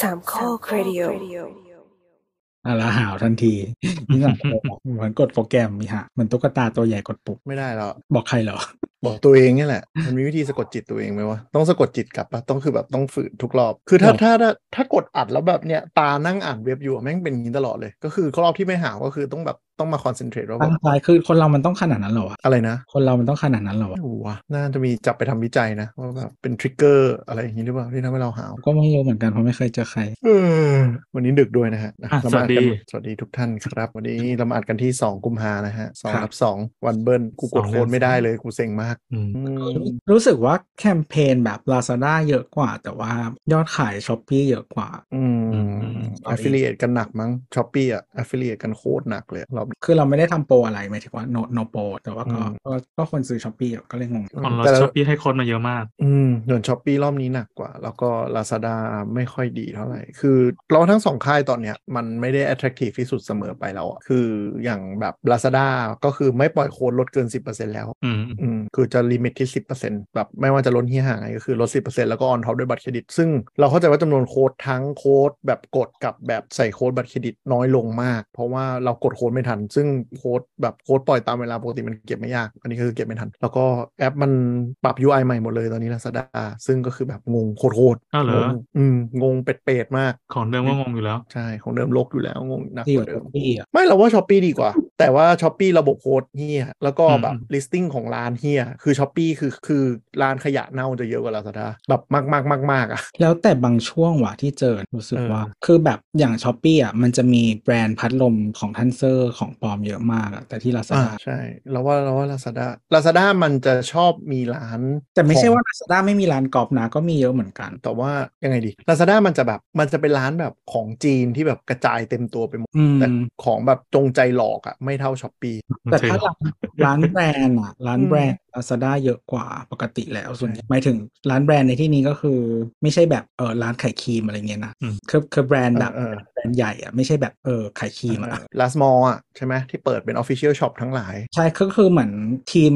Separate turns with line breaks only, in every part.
สามข้อครดิโอ
อะละหาวทันทีนี่หลังเหมือนกดโปรแกรมมีฮะเหมือนตุ๊กตาตัวใหญ่กดปุ่ม
ไม่ได้แล้ว
บอกใครเหรอ
บอกตัวเองเนี่ยแหละ มันมีวิธีสะกดจิตตัวเองไหมวะต้องสะกดจิตกลับปะต้องคือแบบต้องฝืนทุกรอบ คือ
ห
ถ้า
รอ
ถ้าถ้าถ้ากดอัดแล้วแบบเนี้ยตานั่งอ่านเว็บอยู่อะแม่งเป็นอย่างนี้ตลอดเลย ก็คือรอบที่ไม่หาวก็คือต้องแบบต้องมาคอนเซนเทรตว่าแบ
ตั้ง
บ
ใจคือคนเรามันต้องขนาดนั้นเหรอวะ
อะไรนะ
คนเรามันต้องขนาดนั้นเหรอวะ
ไม่รู้วะน่าจะมีจับไปทำวิจัยนะว่าแบบเป็นทริกเกอร์อะไรอย่างนี้หรือเปล่าที่ทำให้เราหาว
ก็ไม่รู้เหมือนกันเพราะไม่เคยเจอใคร
เออวันนี้ดึกด้วยนะฮะนะ
อ่ะ
เรามาอัดกัน
สวัสดี
สวัสดีทุกท่านครับวันนี้เรามาอัดกันที่สองกุมภานะฮะสองรับสองวันเบิ้ลกูกดโค้ดไม่ได้เลยกูเซ็งมาก
อืม
อืม
รู้สึกว่าแคมเปญแบบ Lazada เยอะกว่า แต่ว่ายอดขาย s h อ p e e เยอะกว่า
อืมอ f ฟ i l i a t e กันหนักมั้งช้อปปี้อ่ะ a อ f ฟ i l i a t e กันโคตรหนักเลยรอบนี้
คือเราไม่ได้ทำโปรอะไรหมายถึงว่าโนโนโปรแต่ว่าก็
อืม
ก็ก็คนซื้อ Shopee อะก็เลยงง
ของเรา
แต่ละ
ช้อปปี้ให้โค้ดมาเยอะมาก
อืมส่วนช้อปปี้รอบนี้หนักกว่า แล้วก็ Lazada ไม่ค่อยดีเท่าไหร่ คือเราทั้งสองค่ายตอนเนี้ย มันไม่ได้ attractive ที่สุดเสมอไปแล้วอ่ะ คืออย่างแบบ Lazada ก็คือไม่ปล่อยโค้ดลดเกิน 10%แล้ว
อืม
อืมคือจะลิมิตที่ 10%แบบไม่ว่าจะลดเฮียหางไงก็คือลด 10%แล้วก็ออนท็อปด้วยบัตรเครดิต ซึ่งเราเข้าใจว่าจำนวนโค้ดทั้งโค้ดแบบกดกับแบบใส่โค้ดบัตรเครดิตน้อยลงมาก เพราะว่าเรากดโค้ดไม่ทัน ซึ่งโค้ดแบบโค้ดปล่อยตามเวลาปกติมันเก็บไม่ยาก อันนี้คือเก็บไม่ทัน แล้วก็แอปมันปรับ UI ใหม่หมดเลยตอนนี้ Lazada ซึ่งก็คือแบบงงโคตรโคตร
อ้าวเหรอ
งงอืมงงเป็ดๆมาก
ของเดิมก็งงอยู่แล้ว
ใช่ของเดิมลกอยู่แล้วงงหนัก
ที่อก ยู่
ว่าเดิม
Shopee อะ
ไม่เราว่าช้อปปีดีกว่า แต่ว่าช้อปปีระบบโค้ดเฮียแล้วก็แบบ
อืม
listing ของร้านเฮียคือช้อปปีคือคือร้านขยะเน่าจะเยอะกว่าลาซาด้าแบบมากมากมากมากๆอ่ะ
แล้วแต่บางช่วงว่ะที่เจอรู้สึก
เออ
ว่า คือแบบอย่าง Shopee อ่ะมันจะมีแบรนด์พัดลมของทันเซอร์ของปลอมเยอะมากอะแต่ที่
อ่า
Lazada
ใช่เราว่าเราว่าลาซาด้าลาซาด้ามันจะชอบมีร้าน
แต่ไม่ใช่
ของ
ว่า Lazada ไม่มีร้านกอล์ฟนะก็มีเยอะเหมือนกัน
แต่ว่ายังไงดี Lazada มันจะแบบมันจะเป็นร้านแบบของจีนที่แบบกระจายเต็มตัวไปหมด
อืม
แต่ของแบบจงใจหลอกอ่ะไม่เท่าช้อปปี
แต่ถ้าร้านร้านแบรนด์อะร้านแบรนด์ Lazada เยอะกว่าปกติแล้วส่วนใหญ่หมายถึงร้านแบรนด์ในที่นี้ก็คือ ไม่ใช่แบบเออร้านขายครีมอะไรเงี้ยนะ
อืม
คือคือแบรนด์แบบ
เออ
แบรนด์ใหญ่อะไม่ใช่แบบเออขายครีมอะ
ลาสมออ่ะใช่ไหมที่เปิดเป็น Official Shop ทั้งหลาย
ใช่ก็คือเหมือนทีม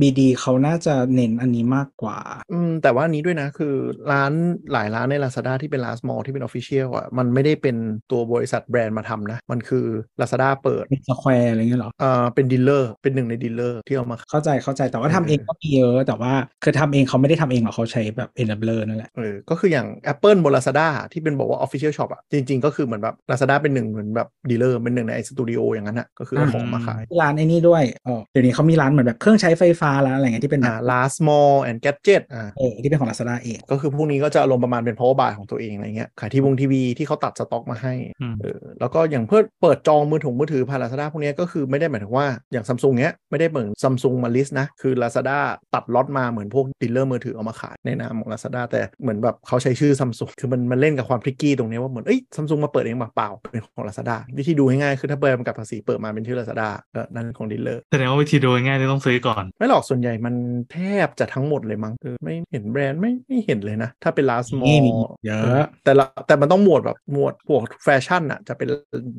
BD เขาน่าจะเน้นอันนี้มากกว่า
อืมแต่ว่าอันนี้ด้วยนะคือร้านหลายร้านใน Lazada ที่เป็น Last Mall ที่เป็น Official อ่ะมันไม่ได้เป็นตัวบริษัทแบรนด์มาทำนะ มันคือ Lazada เปิด
เป็นสแควร์อะไรเงี้ยเหรอ
เอ่อเป็นดีลเลอร์เป็นหนึ่งในดีลเลอร์ที่เอามา
เข้าใจเข้าใจแต่ว่าทำ
เออ
เองก็มีเยอะ แต่ว่าคือทำเองเขาไม่ได้ทำเองหรอกเขาใช้แบบ enabler นั่นแหละ
เออก็คืออย่าง Apple บน Lazada ที่เป็นบอกว่า Official Shop อ่ะจริงๆ ก็คือเหมือนแบบ Lazada เป็นหนึ่งเหมือนแบบดีลเลอร์เป็นหนึ่งในไอสตูดิโออย่างนั้นอ่ะก็คือเอาของมาขาย
ร้านไอ้นี่ด้วยเออเดี๋ยวนี้เขามีร้านเหมือนแบบเครื่องใช้ไฟฟ้าร้านอะไรเงี้ยที่เป็นแบ
อ่า
บ
Last Mall and Gadget อ่า
เออที่เป็นของ Lazada เอง
ก็คือพวกนี้ก็จะอารมณ์ประมาณเป็น power buy ของตัวเองอะไรเงี้ย ขายที่วงทีวีที่เขาตัดสต็อกมาให้
อืม
เออ แล้วก็อย่างเพื่อเปิดจองมือถงมือถือผ่าน Lazada พวกเนี้ยก็คือไม่ได้หมายถึงว่าอย่างซัมซุงเนี้ยไม่ได้เหมือนซัมซุงมาลิสต์นะ คือ Lazada ตัดล็อตมาเหมือนพวกดีลเลอร์มือถือเอามาขายในนามของ Lazada แต่เหมือนแบบเขาใช้ชื่อซัมซุงคือมันมันเล่นกับความพริกกี้ตรงเนี้ยว่าเหมือนเอ้ยซัมซุงมาเปิดเองมาเปล่าเป็นของ Lazada วิธีดูง่ายๆคือถ้าแบรนด์กับภาษีเปิดมาเป็นชื่อ Lazada ก็นั่นของดีลเลอร์
แสดงว่าวิธีโดยง่ายที่ต้องซื้อก่อน
ไม่หรอกส่วนใหญ่มันแทบจะทั้งหมดเลยมั้งเออไม่เห็นแบรนด์ไม่ไม่เห็นเลยนะ ถ้าเป็น last
มี
mall
มีเยอะ
แต่ละแต่มันต้องหมวดแบบหมวดพวกแฟชั่นอ่ะจะเป็น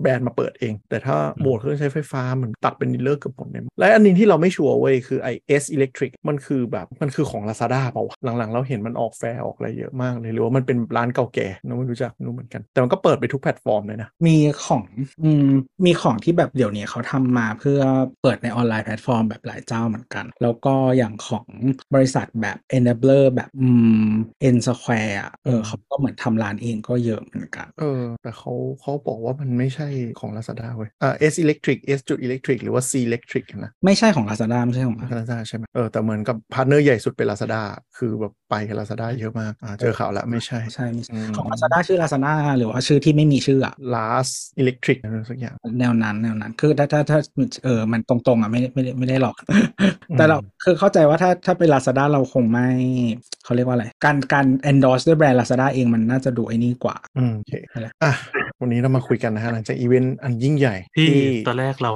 แบรนด์มาเปิดเอง แต่ถ้าหมวดเครื่องใช้ไฟฟ้ามันตัดเป็นดีลเลอร์เกือบหมดเลยและอันหนึงที่เราไม่ชัวร์เว้ยคือไอเอสอิเล็กทริกมันคือแบบมันคือของ Lazada เปล่าวะหลังๆ เราเห็นมันออกแฟร์ออกอะไรเยอะมากเลยหรือว่ามันเป็นร้านเก่าแก่เราไม่รู้จักไม่รู้เหมือนกัน แต่มันก็เปิดไปทุกแพลตฟอร์มเลยนะ
มีของอืมมีของที่แบบเดี๋ยวนี้เขาทำมาเพื่อเปิดในออนไลน์แพลตฟอร์มแบบหลายเจ้าเหมือนกัน แล้วก็อย่างของบริษัทแบบ enabler แบบอืม n square อะเออเขาก็เหมือนทำร้านเองก็เยอะเหมือนกัน
เออ แต่เขาเขาบอกว่ามันไม่ใช่ของ Lazada เว้ยอ่า S Electric S จุด Electric หรือว่า C Electric นะ
ไม่ใช่ของ Lazada ไม่ใช่ของ
ลาซาด้าใช่ไหมเออแต่เหมือนกับพาร์ทเนอร์ใหญ่สุดเป็นลาซาด้าคือแบบไปกับลาซาด้าเยอะมากอ่าเจอข่าวแล้วไม่ใช่
ใช่ไม่ใช่
อืม
ของ Lazada ชื่อ Lazada หรือว่าชื่อที่ไม่มีชื่ออะ
ลาสอิเล็กทริกอะไรสักอย่าง
แนวนั้นแนวนั้นคือถ้าถ้าถ้าเออมันตรงๆอ่ะไม่ได้ไม่ได้ไม่ได้หรอก แต่เราคือเข้าใจว่าถ้าถ้าเป็น Lazada เราคงไม่เขาเรียกว่าอะไร การการ endorse ด้วยแบรนด์ Lazada เองมันน่าจะดูไอ้นี่กว่า
อืมโอเค
อะไร
อ่ะ วันนี้เรามาคุยกันนะฮะหลังจากอีเวนต์อันยิ่งใหญ่
ที่ตอนแรกเรา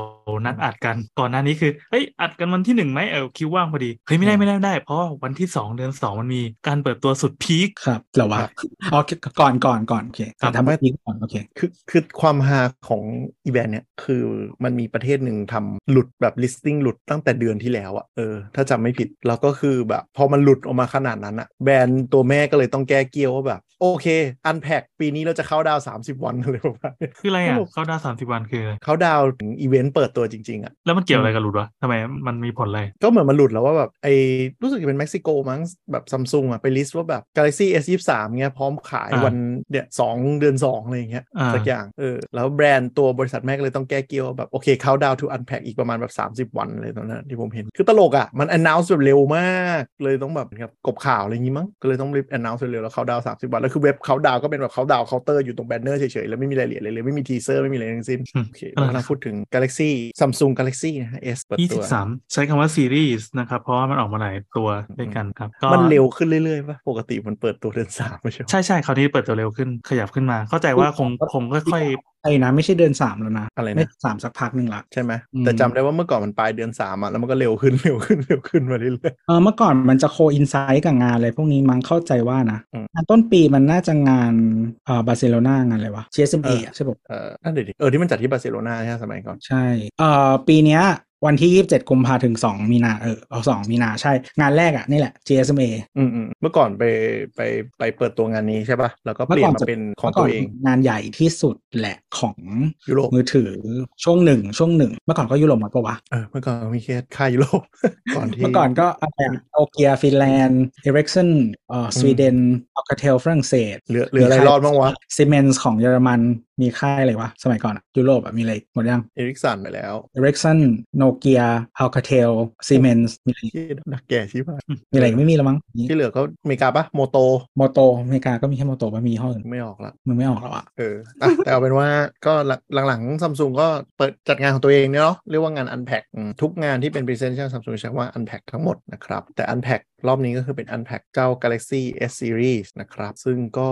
นัดอัดกันก่อนหน้านี้คือเฮ้ยอัดกันวันที่หนึ่งไหมเออคิวว่างพอดีเฮ้ยไม่ได้ไม่ได้ไม่ได้ เพราะวันที่สองเดือนสองมันมีการเปิดตัวสุดพีค
ครับเหรอวะอ๋อก่อนก่อนก่อนโอเค
ครับ
ทำแบบนี้ก่อนโอเค
คือคือความฮาของอีเวนต์เนี่ยคือมันมีประเทศหนึ่งทำหลุดแบบ listing หลุดตั้งแต่เดือนที่แล้วอะเออถ้าจำไม่ผิดแล้วก็คือแบบ พอมันหลุดออกมาขนาดนั้นอะแบรนด์ตัวแม่ก็เลยต้องแก้เกี้ยวว่าแบบ โอเค อันแพกปีนี้เราจะเข้าดาวน์30 วันอะไรประมาณนี้
คืออะไรอ่ะเข้าดาวสามสิบวันคืออะไร
เขาดาวน์ถึงอีเวนต์เปิดตัวจริงๆอะ
แล้วมันเกี่ยวอะไรกับหลุดวะทำไมมันมีผลอะไร
ก็เหมือนมันหลุดแล้วว่าแบบไอ้รู้สึกจะเป็นเม็กซิโกมั้งแบบซัมซุงอ่ะ ไปลิสต์ว่าแบบ Galaxy S 2 3เงี้ยพร้อมขาย
อ่า
วันเนี่ยสองเดือน2อะไรอย่างเงี้ย
อ่า
สักอย่างเออแล้วแบรนด์ตัวบริษัทแม่ก็เลยต้องแก้เกี้ยวว่าแบบ โอเคเขาดาวทูอันแพ k อีกประมาณแบบ 30 วันเลยตอนนั้นที่ผมเห็น คือตลกอ่ะ มัน announce แบบเร็วมาก เลยต้องแบบครับกบข่าวอะไรอย่างงี้มั้งก็เลยต้องรีบ announce เร็วๆแล้วเขาดาวสามสิบวันแล้วคือเว็บเขาดาวก็เป็นแบบเขาดาวเคาน์เตอร์อยู่ตรงแบนเนอร์เฉยๆแล้วไม่มีรายละเอียดเลยเลยไม่มีทีเซอร์ไม่มีอะไรทั้งสิ้น
อืม
โอเคเรากำลังพูดถึง Galaxy Samsung Galaxy นะฮะ S เปิด
ยี่
ตั
สิ
ว
บสามใช้คำว่าซีรีส์นะครับ เพราะว่ามันออกมาหลายตัวด้วยกันครับก็
มันเร็วขึ้นเรื่อยๆป่ะ ปกติมันเปิดตัวเดือนสามไม่ใช่เหรอ
ใช่ใช่คราวนี้เปิดตัวเร็วขึ้นขยับขึ้นมา เข้าใจว่าคง
ครับ
คงค่อย
ไอ้นะไม่ใช่เดือนสามแล้วนะ
อะไร
ไม่
นะ
สามสักพักหนึ่งละ
ใช่ไหม
อืม
แต่จำได้ว่าเมื่อก่อนมันปลายเดือนสามอ่ะ แล้วมันก็เร็วขึ้น เร็วขึ้นเร็วขึ้นมาเรื่อย
เออเมื่อก่อนมันจะโคอินไซต์กับงานอะไรพวกนี้มั้งเข้าใจว่านะ
อืม
งานต้นปีมันน่าจะงานเอ่อบาร์เซโลนางานอะไรวะ GSMA อ่ะใช่ปะ
ๆเออนั่นเดี๋ยวดิเออที่มันจัดที่บาร์เซโลนาใช่ไหมสมัยก่อน
ใช่เอ่อปีเนี้ยวันที่ 27กุมภาถึง 2 มีนาเออเอา2มีนาใช่ งานแรกอ่ะนี่แหละ GSMA
อืมอืมเมื่อก่อนไปไปไปเปิดตัวงานนี้ใช่ป่ะ แล้วก็เป
เมื่อ
ลี่ย
ก่อน น
มา
จะ
เป็นของตัวเอง
มื่ก่นงานใหญ่ที่สุดแหละของ
ยุโรป
มือถือช่วงหนึ่งช่วงหนึ่งเมื่อก่อนก็ยุโรปหมดปะวะ
เออเมื่อก่อนมีแค่ค่ายยุโรป ก่อนที่
เมื่อก่อนก็อะไรอะโตเกียฟินแลนด์เอริกสันเอ่อสวีเดนออคาเทลฝรั่งเศส
เหลือเหลืออะไรรอดบ้างวะ
ซีเมนส์ของเยอรมันมีค่ายอะไรวะ สมัยก่อนอะยุโรปอะมีอะไรอีกหมดยัง
เอริกสันไปแล้ว
เอริกสันโนเกียอัลคาเทลซีเมนส์มีอะไรอีก
ที่ดักแก่ชิบหาย
มีอะไรอีกไม่มีแล้วมั้ง
ที่เหลือก็อเมริกาปะโมโต
โมโตอเมริกาก็มีแค่โมโตว่ามีห้ออื่น
ไม่ออกละ
มึงไม่ออกแล้วอะ
เอออ่ะ แต่เอาเป็นว่าก็หลังๆซัมซุงก็เปิดจัดงานของตัวเองเนี่ยเนาะเรียกว่างาน Unpack อืมทุกงานที่เป็น Presentation Samsung ใช้ว่า Unpack ทั้งหมดนะครับ แต่ Unpack รอบนี้ก็คือเป็น Unpack เจ้า Galaxy S Series นะครับ ซึ่งก็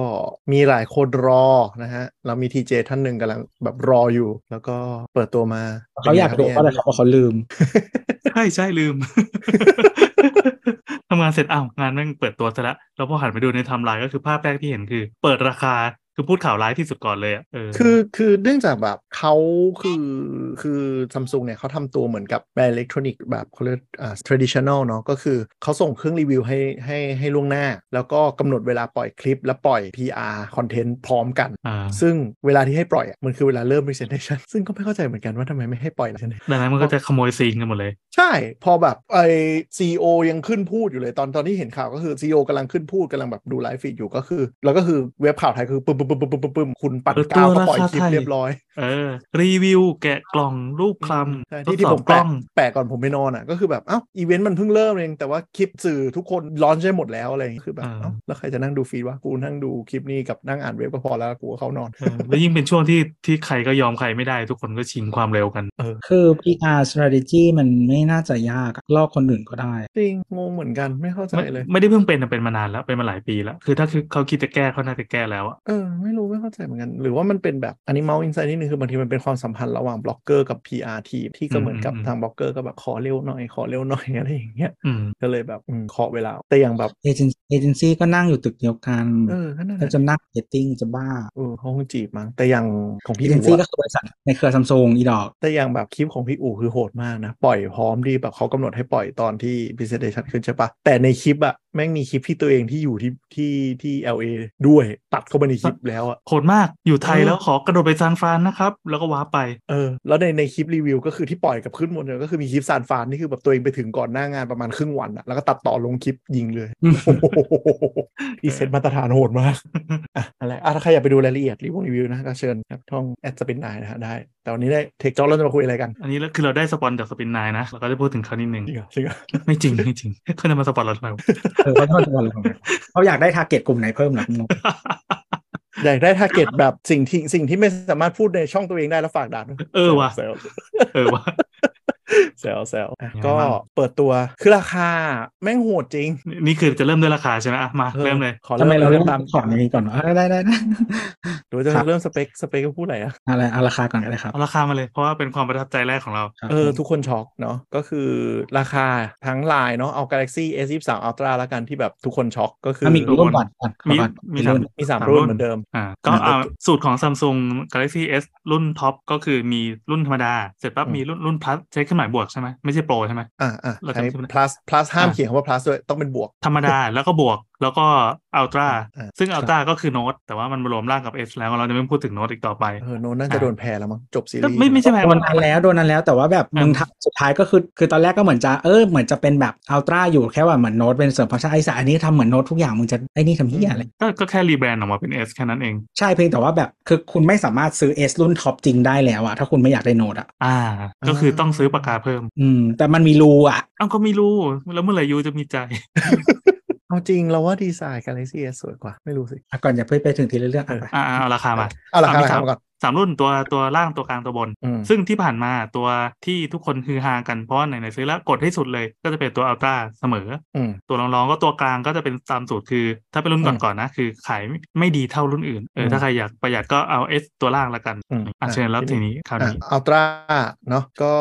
มีหลายคนรอนะฮะ เรามี TJ ท่านหนึ่งกำลังแบบรออยู่ แล้วก็เปิดตัวมา
เขาอยากดูว่าอะไรเขาบอกเขาลืม
ๆใช่ใช่ลืม ทำงานเสร็จอ้าวงานแม่งเปิดตัวซะละแล้วพอหันไปดูในไทม์ไลน์ก็คือภาพแรกที่เห็นคือ เปิดราคาคือพูดข่าวร้ายที่สุดก่อนเลยอะเออ
คือคือเนื่องจากแบบเขาคือคือซัมซุงเนี่ยเขาทำตัวเหมือนกับแบรนด์อิเล็กทรอนิกส์แบบเขาเรียกอ่า traditional เนาะก็คือเขาส่งเครื่องรีวิวให้ให้ให้ล่วงหน้า แล้วก็กำหนดเวลาปล่อยคลิปและปล่อย PR คอนเทนต์พร้อมกัน
อ่า
ซึ่งเวลาที่ให้ปล่อยอะมันคือเวลาเริ่ม presentation ซึ่งก็ไม่เข้าใจเหมือนกันว่าทำไมไม่ให้ปล่อยใช่ไหม
ดังนั้นมันก็จะขโมยซีนกันหมดเลย
ใช่ พอแบบไอซีโอยังขึ้นพูดอยู่เลยตอนตอนที่เห็นข่าวก็คือซีโอกำลังขึ้นพูดกำลังแบบดูไลฟ์ฟีดอยู่ก็คือ แล้วก็คือเว็บข่าวไทยคือปึ้มปึ้มปึ้มปึ้มปึ้มปึ้มคุณปั่น
เออตัว
กาวก็ปล่อย
รา
ค
คา
ลิป
ไทย
เรียบร้อย
เออ รีวิวแกะกล่องรูปคล
ใช่
ำทด
ที่ที่
สอ
ผม
บก
แป
ล้
ล
อก ง
แปลกก่อนผมไปนอนอ่ะก็คือแบบเอ้าอีเวนต์มันเพิ่งเริ่มเองแต่ว่าคลิปสื่อทุกคนร้อนใช้หมดแล้วอะไรอย่างเงี้ยคือแบบ
อ่า
เอ้าแล้วใครจะนั่งดูฟีดวะกูนั่งดูคลิปนี้กับนั่งอ่านเว็บก็พอแล้วกูก็เข้านอน
เออแล้วยิ่งเป็นช่วงที่ที่ใครก็ยอมใครไม่ได้ ทุกคนก็ชิงความเร็วกัน
คือ PR strategy มันไม่น่าจะยากอะลอกคนอื่นก็ได้
จริงงงเหมือนกันไม่เข้าใจ
ไม่
เลย
ไม่ได้เพิ่งเป็นนะเป็นมานานแล้วเป็นมาหลายปีแล้ว คือถ้าคือเขาคิดจะแก้เขาน่าจะแก้แล้วอะ
เออไม่รู้ไม่เข้าใจเหมือนกัน หรือว่ามันเป็นแบบอันนี้เมาส์อินไซด์นิดนึงคือบางทีมันเป็นความสัมพันธ์ระหว่างบล็อกเกอร์กับ PR ทีมที่ก็เหมือนกับทางบล็อกเกอร์ก็แบบขอเร็วหน่อยขอเร็วหน่อย อะไรอย่างเงี้ย
อืม
ก็เลยแบบอืมเคาะเวลาแต่อย่างแบบ
เอเจนเอเจนซี่ก็นั่งอยู่ตึกเดียวกัน
เออก็นั่นแห
แล้ว
ละ
จะนั่งเดทติ้งจะบ้า
เออเขาคงจีบมั้งแต่อย่างของ
เอ
พี่
เจ
อู๋
นซี่
อะ
ก็คือบริษัทในเครือซัมซุงอีดอก
แต่อย่างแบบคลิปของพี่อู๋คือโหดมากนะ ปล่อยพร้อมดีแบบเขากำหนดให้ปล่อยตอนที่ presentation ขึ้นใช่ปะแต่ในคลิปอะแม่งมีคลิปที่ตัวเองที่อยู่ที่ที่ที่ LA ด้วยตัดเข้าไปในคลิปแล้วอะ
โหดมากอยู่ไทย
เออ
แล้วขอกระโดดไปซานฟรานนะครับ แล้วก็ว้าไป
เออแล้วในในคลิปรีวิวก็คือที่ปล่อยกับขึ้นบนเนี่ยก็คือมีคลิปซานฟรานนี่คือแบบตัวเองไปถึงก่อนหน้างานประมาณครึ่งวันอะแล้วก็ตัดต่อลงคลิปยิง เลย
อืม
โอ้โหอีเซนมาตรฐานโหดมาก อ่ะอะไรอ่ะถ้าใครอยากไปดูรายละเอียดรีวิวรีวิวนะก็เชิญครับท่องแอดสปินไนนะฮะได้ แต่วันนี้ได้เทคจ็อกเราจะมาคุยอะไรกัน
อันนี้แล้วคือเราได้สปอนจากสปินนายนะเราก็จะพูดถึงเขานิดนึง
จริงเหรอจริงเหรอ
ไม่จริงไม่จริงเขาจะมาสปอนเราทำไมวะ
เออเขาชอบจะวันอะไรของเราเขาอยากได้ทาร์เก็ตกลุ่มไหนเพิ่มเหรอ
อยากได้ทาร์เก็ตแบบสิ่ง ที่สิ่งที่ไม่สามารถพูดในช่องตัวเองได้แล้วฝากด่าน
เออว่ะ
แซว
เออว่า
แซวแซวอ่ะ
ยังไง
ก็
บ้าง
เปิดตัวคือราคาแม่งโหดจริง
นี่นี่คือจะเริ่มด้วยราคาใช่ไหมอ่ะมาเริ่มเลย
ขอ
ทำ
เริ่
ไม
ม
เรา
เริ่
เริ่
ม
ม
ตา
ตาม มของอย่างนี้ก่อนวะเออได้ได้ได้
หรือว่าจะ
ครับ
เริ่มสเปคสเปคพูดอะไรอ่ะ
อะไรเอาราคาก่อนก็ได้ครับ
เอาราคามาเลยเพราะว่าเป็นความประทับใจแรกของเรา
ครับ
เออ
ผม
ทุกคนช็อกเนาะก็คือราคาทั้งไลน์เนาะเอา Galaxy S23 Ultra แล้วกันที่แบบทุกคนช็อกก็คือ
อ่ะมีกี่รุ่นก่อนก่อน
มี
ก่อน
มี
กี่
สาม
รุ่น
มีสาม
สามรุ่
รุ่น
น
เหมือนเดิม
อ่าก็
อ่า
เอาสูตรของ Samsung Galaxy S รุ่นท็อปก็คือมีรุ่นธรรมดา เสร็จปั๊บ
อืม
มีรุ่นรุ่น plus ใช้เครื่องหมายบวกใช่ไหมไม่ใช่โปรใช่ไหม
อ่าอ่า
เราจำ
ใช้
ชื่อไม่ได้
plus plus ห้ามเขียนคำว่า plus ด้วยต้องเป็นบวก
ธรรม ดา แล้วก็บวกแล้วก็อัลตร้า
อ่า
ซึ่งอัลตร้าก็คือโน้ตแต่ว่ามันมารวมร่างกับ S แล้วเราจะไม่พูดถึงโน้ตอีกต่อไป
เออโนนน่าจะ
อ่ะ
โดนแพ้แล้วมั้งจบซี
ก็
รีส์
ไม่ไม่ใช่แพ้
โดนอันแล้วโดนอันแล้วแต่ว่าแบบ
อ่ะ
มึงทำสุดท้ายก็คือคือตอนแรกก็เหมือนจะเออเหมือนจะเป็นแบบอัลตร้าอยู่แค่ว่าเหมือนโน้ตเป็นเสริมพอใช้ไอ้สายอันนี้ทำเหมือนโน้ตทุกอย่างมึงจะไอ้นี่ทำที่อะไร
ก็ก็แค่รีแบรนด์ออกมาเป็น S แค่นั้นเอง
ใช่เพียงแต่ว่าแบบคือคุณไม่สามารถซื้อ S รุ่นท็อปจริงได้แล้วอะถ้าคุณไม่อยากได้โน้ตอะ
อ่า ก็คือต้องซื้อปากกาเพิ่ม
อืมแต่มันมีรูอะ
เอ้าก็ไม่รู้ แล้วเมื่อไหร่ยูจะ มีใจ
เอาจริงเราว่าดีไซน์ Galaxy S สวยกว่า ไม่รู้สิ
อ่ะก่อนอย่าเพิ่งไปถึงทีละเรื่องอ่ะไป
อ่าเอาราคามา
เอาราคา
ส
ราม คามาก่อน
สามรุ่นตัวตัวล่างตัวกลางตัวบน
อืม
ซึ่งที่ผ่านมาตัวที่ทุกคนฮือฮากันเพราะว่าไหนๆซื้อแล้วกดให้สุดเลยก็จะเป็นตัวอัลตร้าเสมอ
อืม
ตัวรองๆก็ตัวกลางก็จะเป็นตามสูตรคือ ถ้าเป็นรุ่น
อืม
ก่อนๆนะ คือขายไม่ไม่ดีเท่ารุ่นอื่นเอออ
ม
ถ้าใครอยากประหยัดก็เอาเอสตัวล่างละกัน
อืม
อ่ะเชิญแล้ว
อ่ะ
ทีนี้คราว
อ่ะ
นี้
อัลตร้าเนาะก็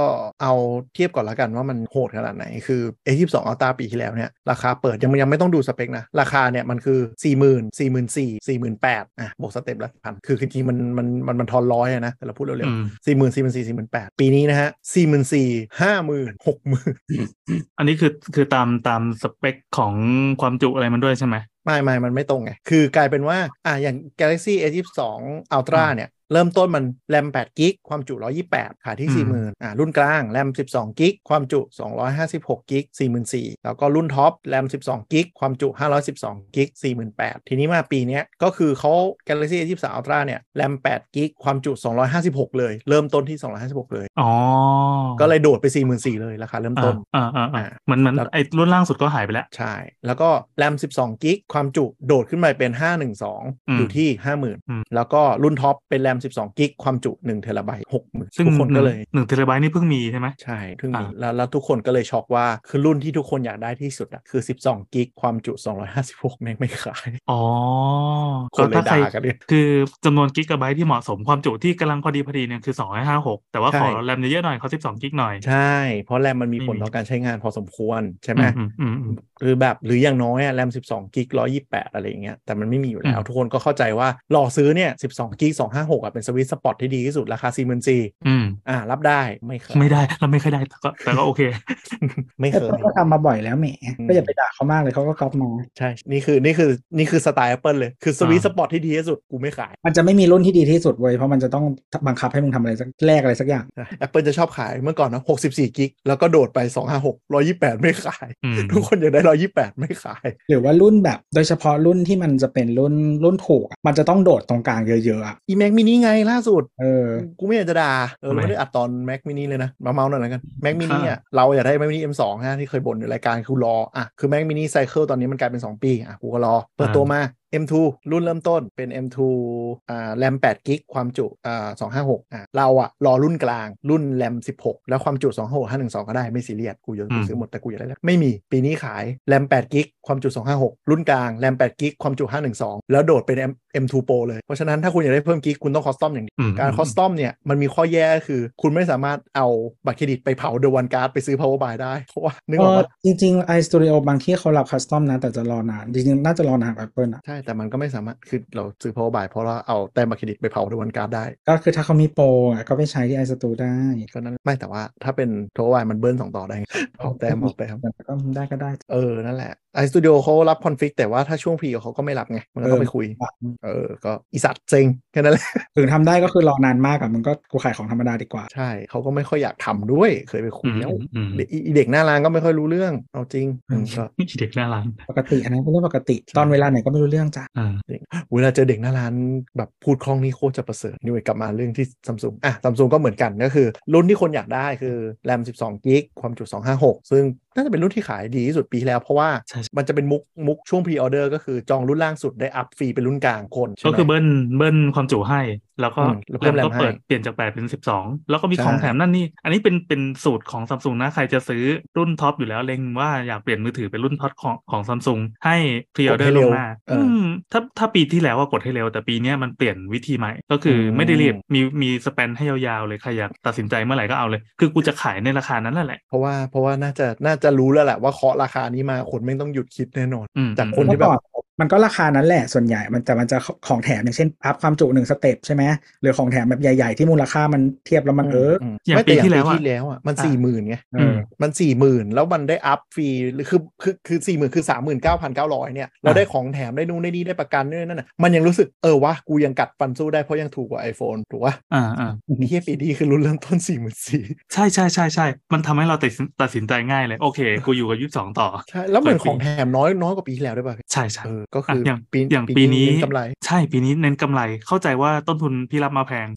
เอาเทียบก่อนละกันว่ามันโหดขนาดไหน คือ A22 อัลตร้าปีที่แล้วเนี่ย ราคาเปิดยังยังไม่ต้องดูสเปคนะ ราคาเนี่ยมันคือ 4 0 0 0 0 4 4 0 0 0 48อ่ะบวกสเต็ปละพันคือคือจริงๆมันมันมันมันทอนร้อยอะนะ แต่เราพูดเร็ว
อืม
ๆ4 0 0 0 0 4 0 0 0 48 ปีนี้นะฮะ 4 4 0 0 0 50,000 60,000
อันนี้คือคือตามตามสเปคของความจุอะไรมันด้วยใช่ไหม
ไม่ไม่มันไม่ตรงไง คือกลายเป็นว่าอ่ะอย่าง Galaxy A22 Ultra
อืม
เนี่ย เริ่มต้นมันแรม8กิกความจุ 128ขายที่
อืม
40,000อ่ะรุ่นกลางแรม12กิกความจุ 256กิก44,000แล้วก็รุ่นท็อปแรม12กิกความจุ 512กิก48,000ทีนี้มาปีเนี้ยก็คือเขา Galaxy A23 Ultra เนี่ยแรม8กิกความจุ 256 เลย เริ่มต้นที่ 256 เลย
อ๋อ
ก็เลยโดดไป 44,000เลยราคาเริ่มต้น
อ่าอ่าอ่า
อ่ะ
เหมือนเหมือน
แล้ว
ไอ้รุ่นล่างสุดก็หายไปแล้ว
ใช่ แล้วก็แรม12กิกความจุโดดขึ้นไปเป็น 512 อยู่ที่
อืม
50,000 แล้วก็รุ่นท็อปเป็นแรม12กิกความจุ1เทราไบต์60,000
ซึ่ง
ทุกคนก็เลย
หนึ่งเทราไบต์นี่เพิ่งมีใช่ไหม
ใช่เพิ่งมี
อ่า
แล้วแล้วทุกคนก็เลยช็อกว่า คือรุ่นที่ทุกคนอยากได้ที่สุดอะคือ 12กิกความจุ 256แม่งไม่ขาย
อ๋อ
คนเลย
ถ้าใคร
ด่ากันเนี่ย
คือจำนวนกิกะไบต์ที่เหมาะสมความจุที่กำลังพอดีพอดีเนี่ยคือ256แต่ว่าขอ
ใช่
แรมเยอะๆหน่อยเขา12กิกหน่อย
ใช่ เพราะแรมมันมีผล
ไม่มี
ต่อการใช้งานพอสมควรใช่ไหม
อืมอืมอืม
หรือแบบหรืออย่างน้อยอะแรม 12 กิก 128 อะไรอย่างเงี้ยแต่มันไม่มีอยู่แล้ว
อืม
ทุกคนก็เข้าใจว่า รอซื้อเนี่ย 12 กิก 256 อ่ะ เป็นสวิตช์สปอตที่ดีที่สุด ราคา 4 4 0 0
อืม
0อ่า รับได้ไม่เคย
ไม่ได้เราไม่เคยได้แต่ก็แต่ก็โอเค
ไม่
แต่
เคย
เขาก็ทำมาบ่อยแล้วแหม
อืม
ก็อย่าไปด่าเขามากเลยเขาก็ก๊อปมา
ใช่ นี่คือนี่คือนี่คือสไตล์ Apple เลย คือสวิตช์ส
อ่า
ปอตที่ดีที่สุด กูไม่ขาย
มันจะไม่มีรุ่นที่ดีที่สุดเว้ยเพราะมันจะต้องบังคับให้มึงทำอะไรสักแลกอะไรสักอย่าง
Apple จะชอบขายเมื่อก่อนนะ 64 กิก แล้วก็โดดไป 256 128 ไม่ขาย
อืม
ทุกคนอยากได้ 128 ไม่ขาย
หรือว่ารุ่นแบบโดยเฉพาะรุ่นที่มันจะเป็นรุ่นรุ่นถูกอะมันจะต้องโดดตรงกลางเยอะๆอะ
อีแม็กมินิไงล่าสุด
เออ
กูไม่อยากจะด่า เออ
ทำไม
เราไม่ได้อัดตอน Mac mini เลยนะ มาเมาส์หน่อยแล้วกัน Mac mini
ค่ะ
อ่ะ เราอยากได้ Mac mini M2 ฮะที่เคยบ่นอยู่รายการคือรอ อ่ะ คือ Mac mini cycle ตอนนี้มันกลายเป็น 2 ปี อ่ะ กูก็รอ เปิดตัวมา M2 รุ่นเริ่มต้นเป็น M2 อ่า RAM 8กิกความจุอ่า256 อ่ะ เราอ่ะ รอรุ่นกลาง รุ่น RAM 16 แล้วความจุ 256 512 ก็ได้ไม่ซีเรียสกูอยาก
อื
กู
ม
ซื้อหมดแต่กูอยากได้แล้วไม่มีปีนี้ขาย RAM 8กิกความจุ 256 รุ่นกลาง RAM 8กิกความจุ 512 แล้วโดดเป็น M- M2 Pro เลยเพราะฉะนั้นถ้าคุณอยากได้เพิ่มกิกคุณต้อง custom อย่างเดียว
อืม
การคอสตอมเนี่ยมันมีข้อแย่คือ คุณไม่สามารถเอาบัตรเครดิตไปเผาเดวันการ์ดไปซื้อ power buy ได้ เพราะว่านึกออก
เออ
ว่า
จริงๆ iStudio บางที่เขารับคัสตอมนะ แต่จะรอนาน จริงๆ น่าจะรอนานกว่า Apple นะ
ใช่ แต่มันก็ไม่สามารถ คือเราซื้อ power buy เพราะเราเอาแต้มบัตรเครดิตไปเผาเดวันการ์ดได้
ก็คือถ้าเขามีโปรอะก็ไปใช้ที่ iStudio ได้
ก็นั่นไม่แต่ว่าถ้าเป็น power buy มันเบิร์นสองต่อได้ ไงเผาแต้มเผาแต้ม
แต่ก็ได้ก็ได้
เออ นั่นแหละไอสตูดิโอเขารับคอนฟิกแต่ว่าถ้าช่วงพรีเขาก็ไม่รับไง มันก็ต้องไปคุย เออ ก็อีสัตว์เซ็งแค่นั้นแหละ
ถึงทำได้ก็คือรอนานมากอะมันก็กูขายของธรรมดาดีกว่า
ใช่เขาก็ไม่ค่อยอยากทำด้วย เคยไปคุ
อื
ย
ม
แล้ว
อืม
เด็กอีเด็กหน้าร้านก็ไม่ค่อยรู้เรื่องเอาจริงอืมก็
อืมเด็กหน้าร้าน
ปกติอันนั้นเป็นเรื่องปกติ ตอนเวลาไหนก็ไม่รู้เรื่องจ้ะ
อ่า
เวลาเจอเด็กหน้าร้านแบบพูดคล่องนี่โคตรจะประเสริฐนี่เว้ยกลับมาเรื่องที่ซัมซุงอ่ะซัมซุงก็เหมือนกันก็คือ รุ่นที่คนอยากได้คือแรม12กิกความจุ 256 ซึ่งน่าจะเป็นรุ่นที่ขายดีที่สุดปีที่แล้ว เพราะว่า
ใช่
มันจะเป็นมุกมุกช่วงพรีออเดอร์ก็คือจองรุ่นล่างสุดได้อัพฟรีเป็นรุ่นกลางคนใช่
ก็
ไหม
คือเบิ้ลเบิ้ลความจุให้ แล้วก็
อืมแล้วเพิ่ม
แรมก็
RAM ให้
เปิดเปลี่ยนจาก 8 เป็น 12 แล้วก็มี
ใช่
ของแถมนั่นนี่ อันนี้เป็นเป็นสูตรของซัมซุงนะ ใครจะซื้อรุ่นท็อปอยู่แล้วเล็งว่าอยากเปลี่ยนมือถือเป็นรุ่นท็อปของของซัมซุงให้พรีออเดอร์ลวงหน้า
เอออื
มถ้าถ้าปีที่แล้วว่ากดให้เร็ว แต่ปีเนี้ยมันเปลี่ยนวิธีใหม่ ก็คืออ
ม
ไม่ได้รีบมีมีสเปนให้ยาวๆเลยใครอยากตัดสินใจเมื่อไหร่ก็เอาเลย คือกูจะขายในราคานั้นแหละ
เพราะว่าเพราะว่าน่าจะน่าจะรู้แล้วแหละว่าเคาะราคานี้มาคนไม่ต้องหยุดคิดแน่นอน
อืม
จากคน
เมื่อก่อนมันก็ราคานั้นแหละส่วนใหญ่มันแต่มันจะของแถมอย่างเช่นอัพความจุหนึ่งสเต็ปใช่ไหมหรือของแถมแบบใหญ่ ๆ ที่มูลค่ามันเทียบแล้วมันเออ
ม
อย่าง
ไม่แต่
ปีที่แล้วอะ
ที่แล้วอ่ะมัน
อ่ะ
สี่หมื่นไง
เออ
มันสี่หมื่นแล้วมันได้อัพฟรีคือคือคือสี่หมื่นคือสามหมื่นเก้าพันเก้าร้อยเนี่ย เราได้ของแถมได้นู่นได้นี่ได้ประกันด้วยนั่นน่ะมันยังรู้สึกเออวะกูยังกัดฟันสู้ได้เพราะยังถูกกว่า iPhone ถูกปะ
อ่าอ่า
นี่เฮียปีนี้คือรุ่นเริ่มต้นสี่หมื่นสี่
ใช่ใช่ใช่ใช่ มันทำให้เราตัดสินตัดสินใจง่ายเลย โอเค กูอยู่กับยี่สิบสองต่อ
ใช่ แล้วเหมือน
เปิดฟรี
ของแถมน้อยน้อยกว่าปีที่แล้วด้วยป่ะ
ใช่ใช่
เออก็คือะ
ย่าง
ปี
อย่างปีนี้
เกำไร
ใช่ปีนี้เน้นกำไรเข้าใจว่าต้นทุนพี่รับมาแพง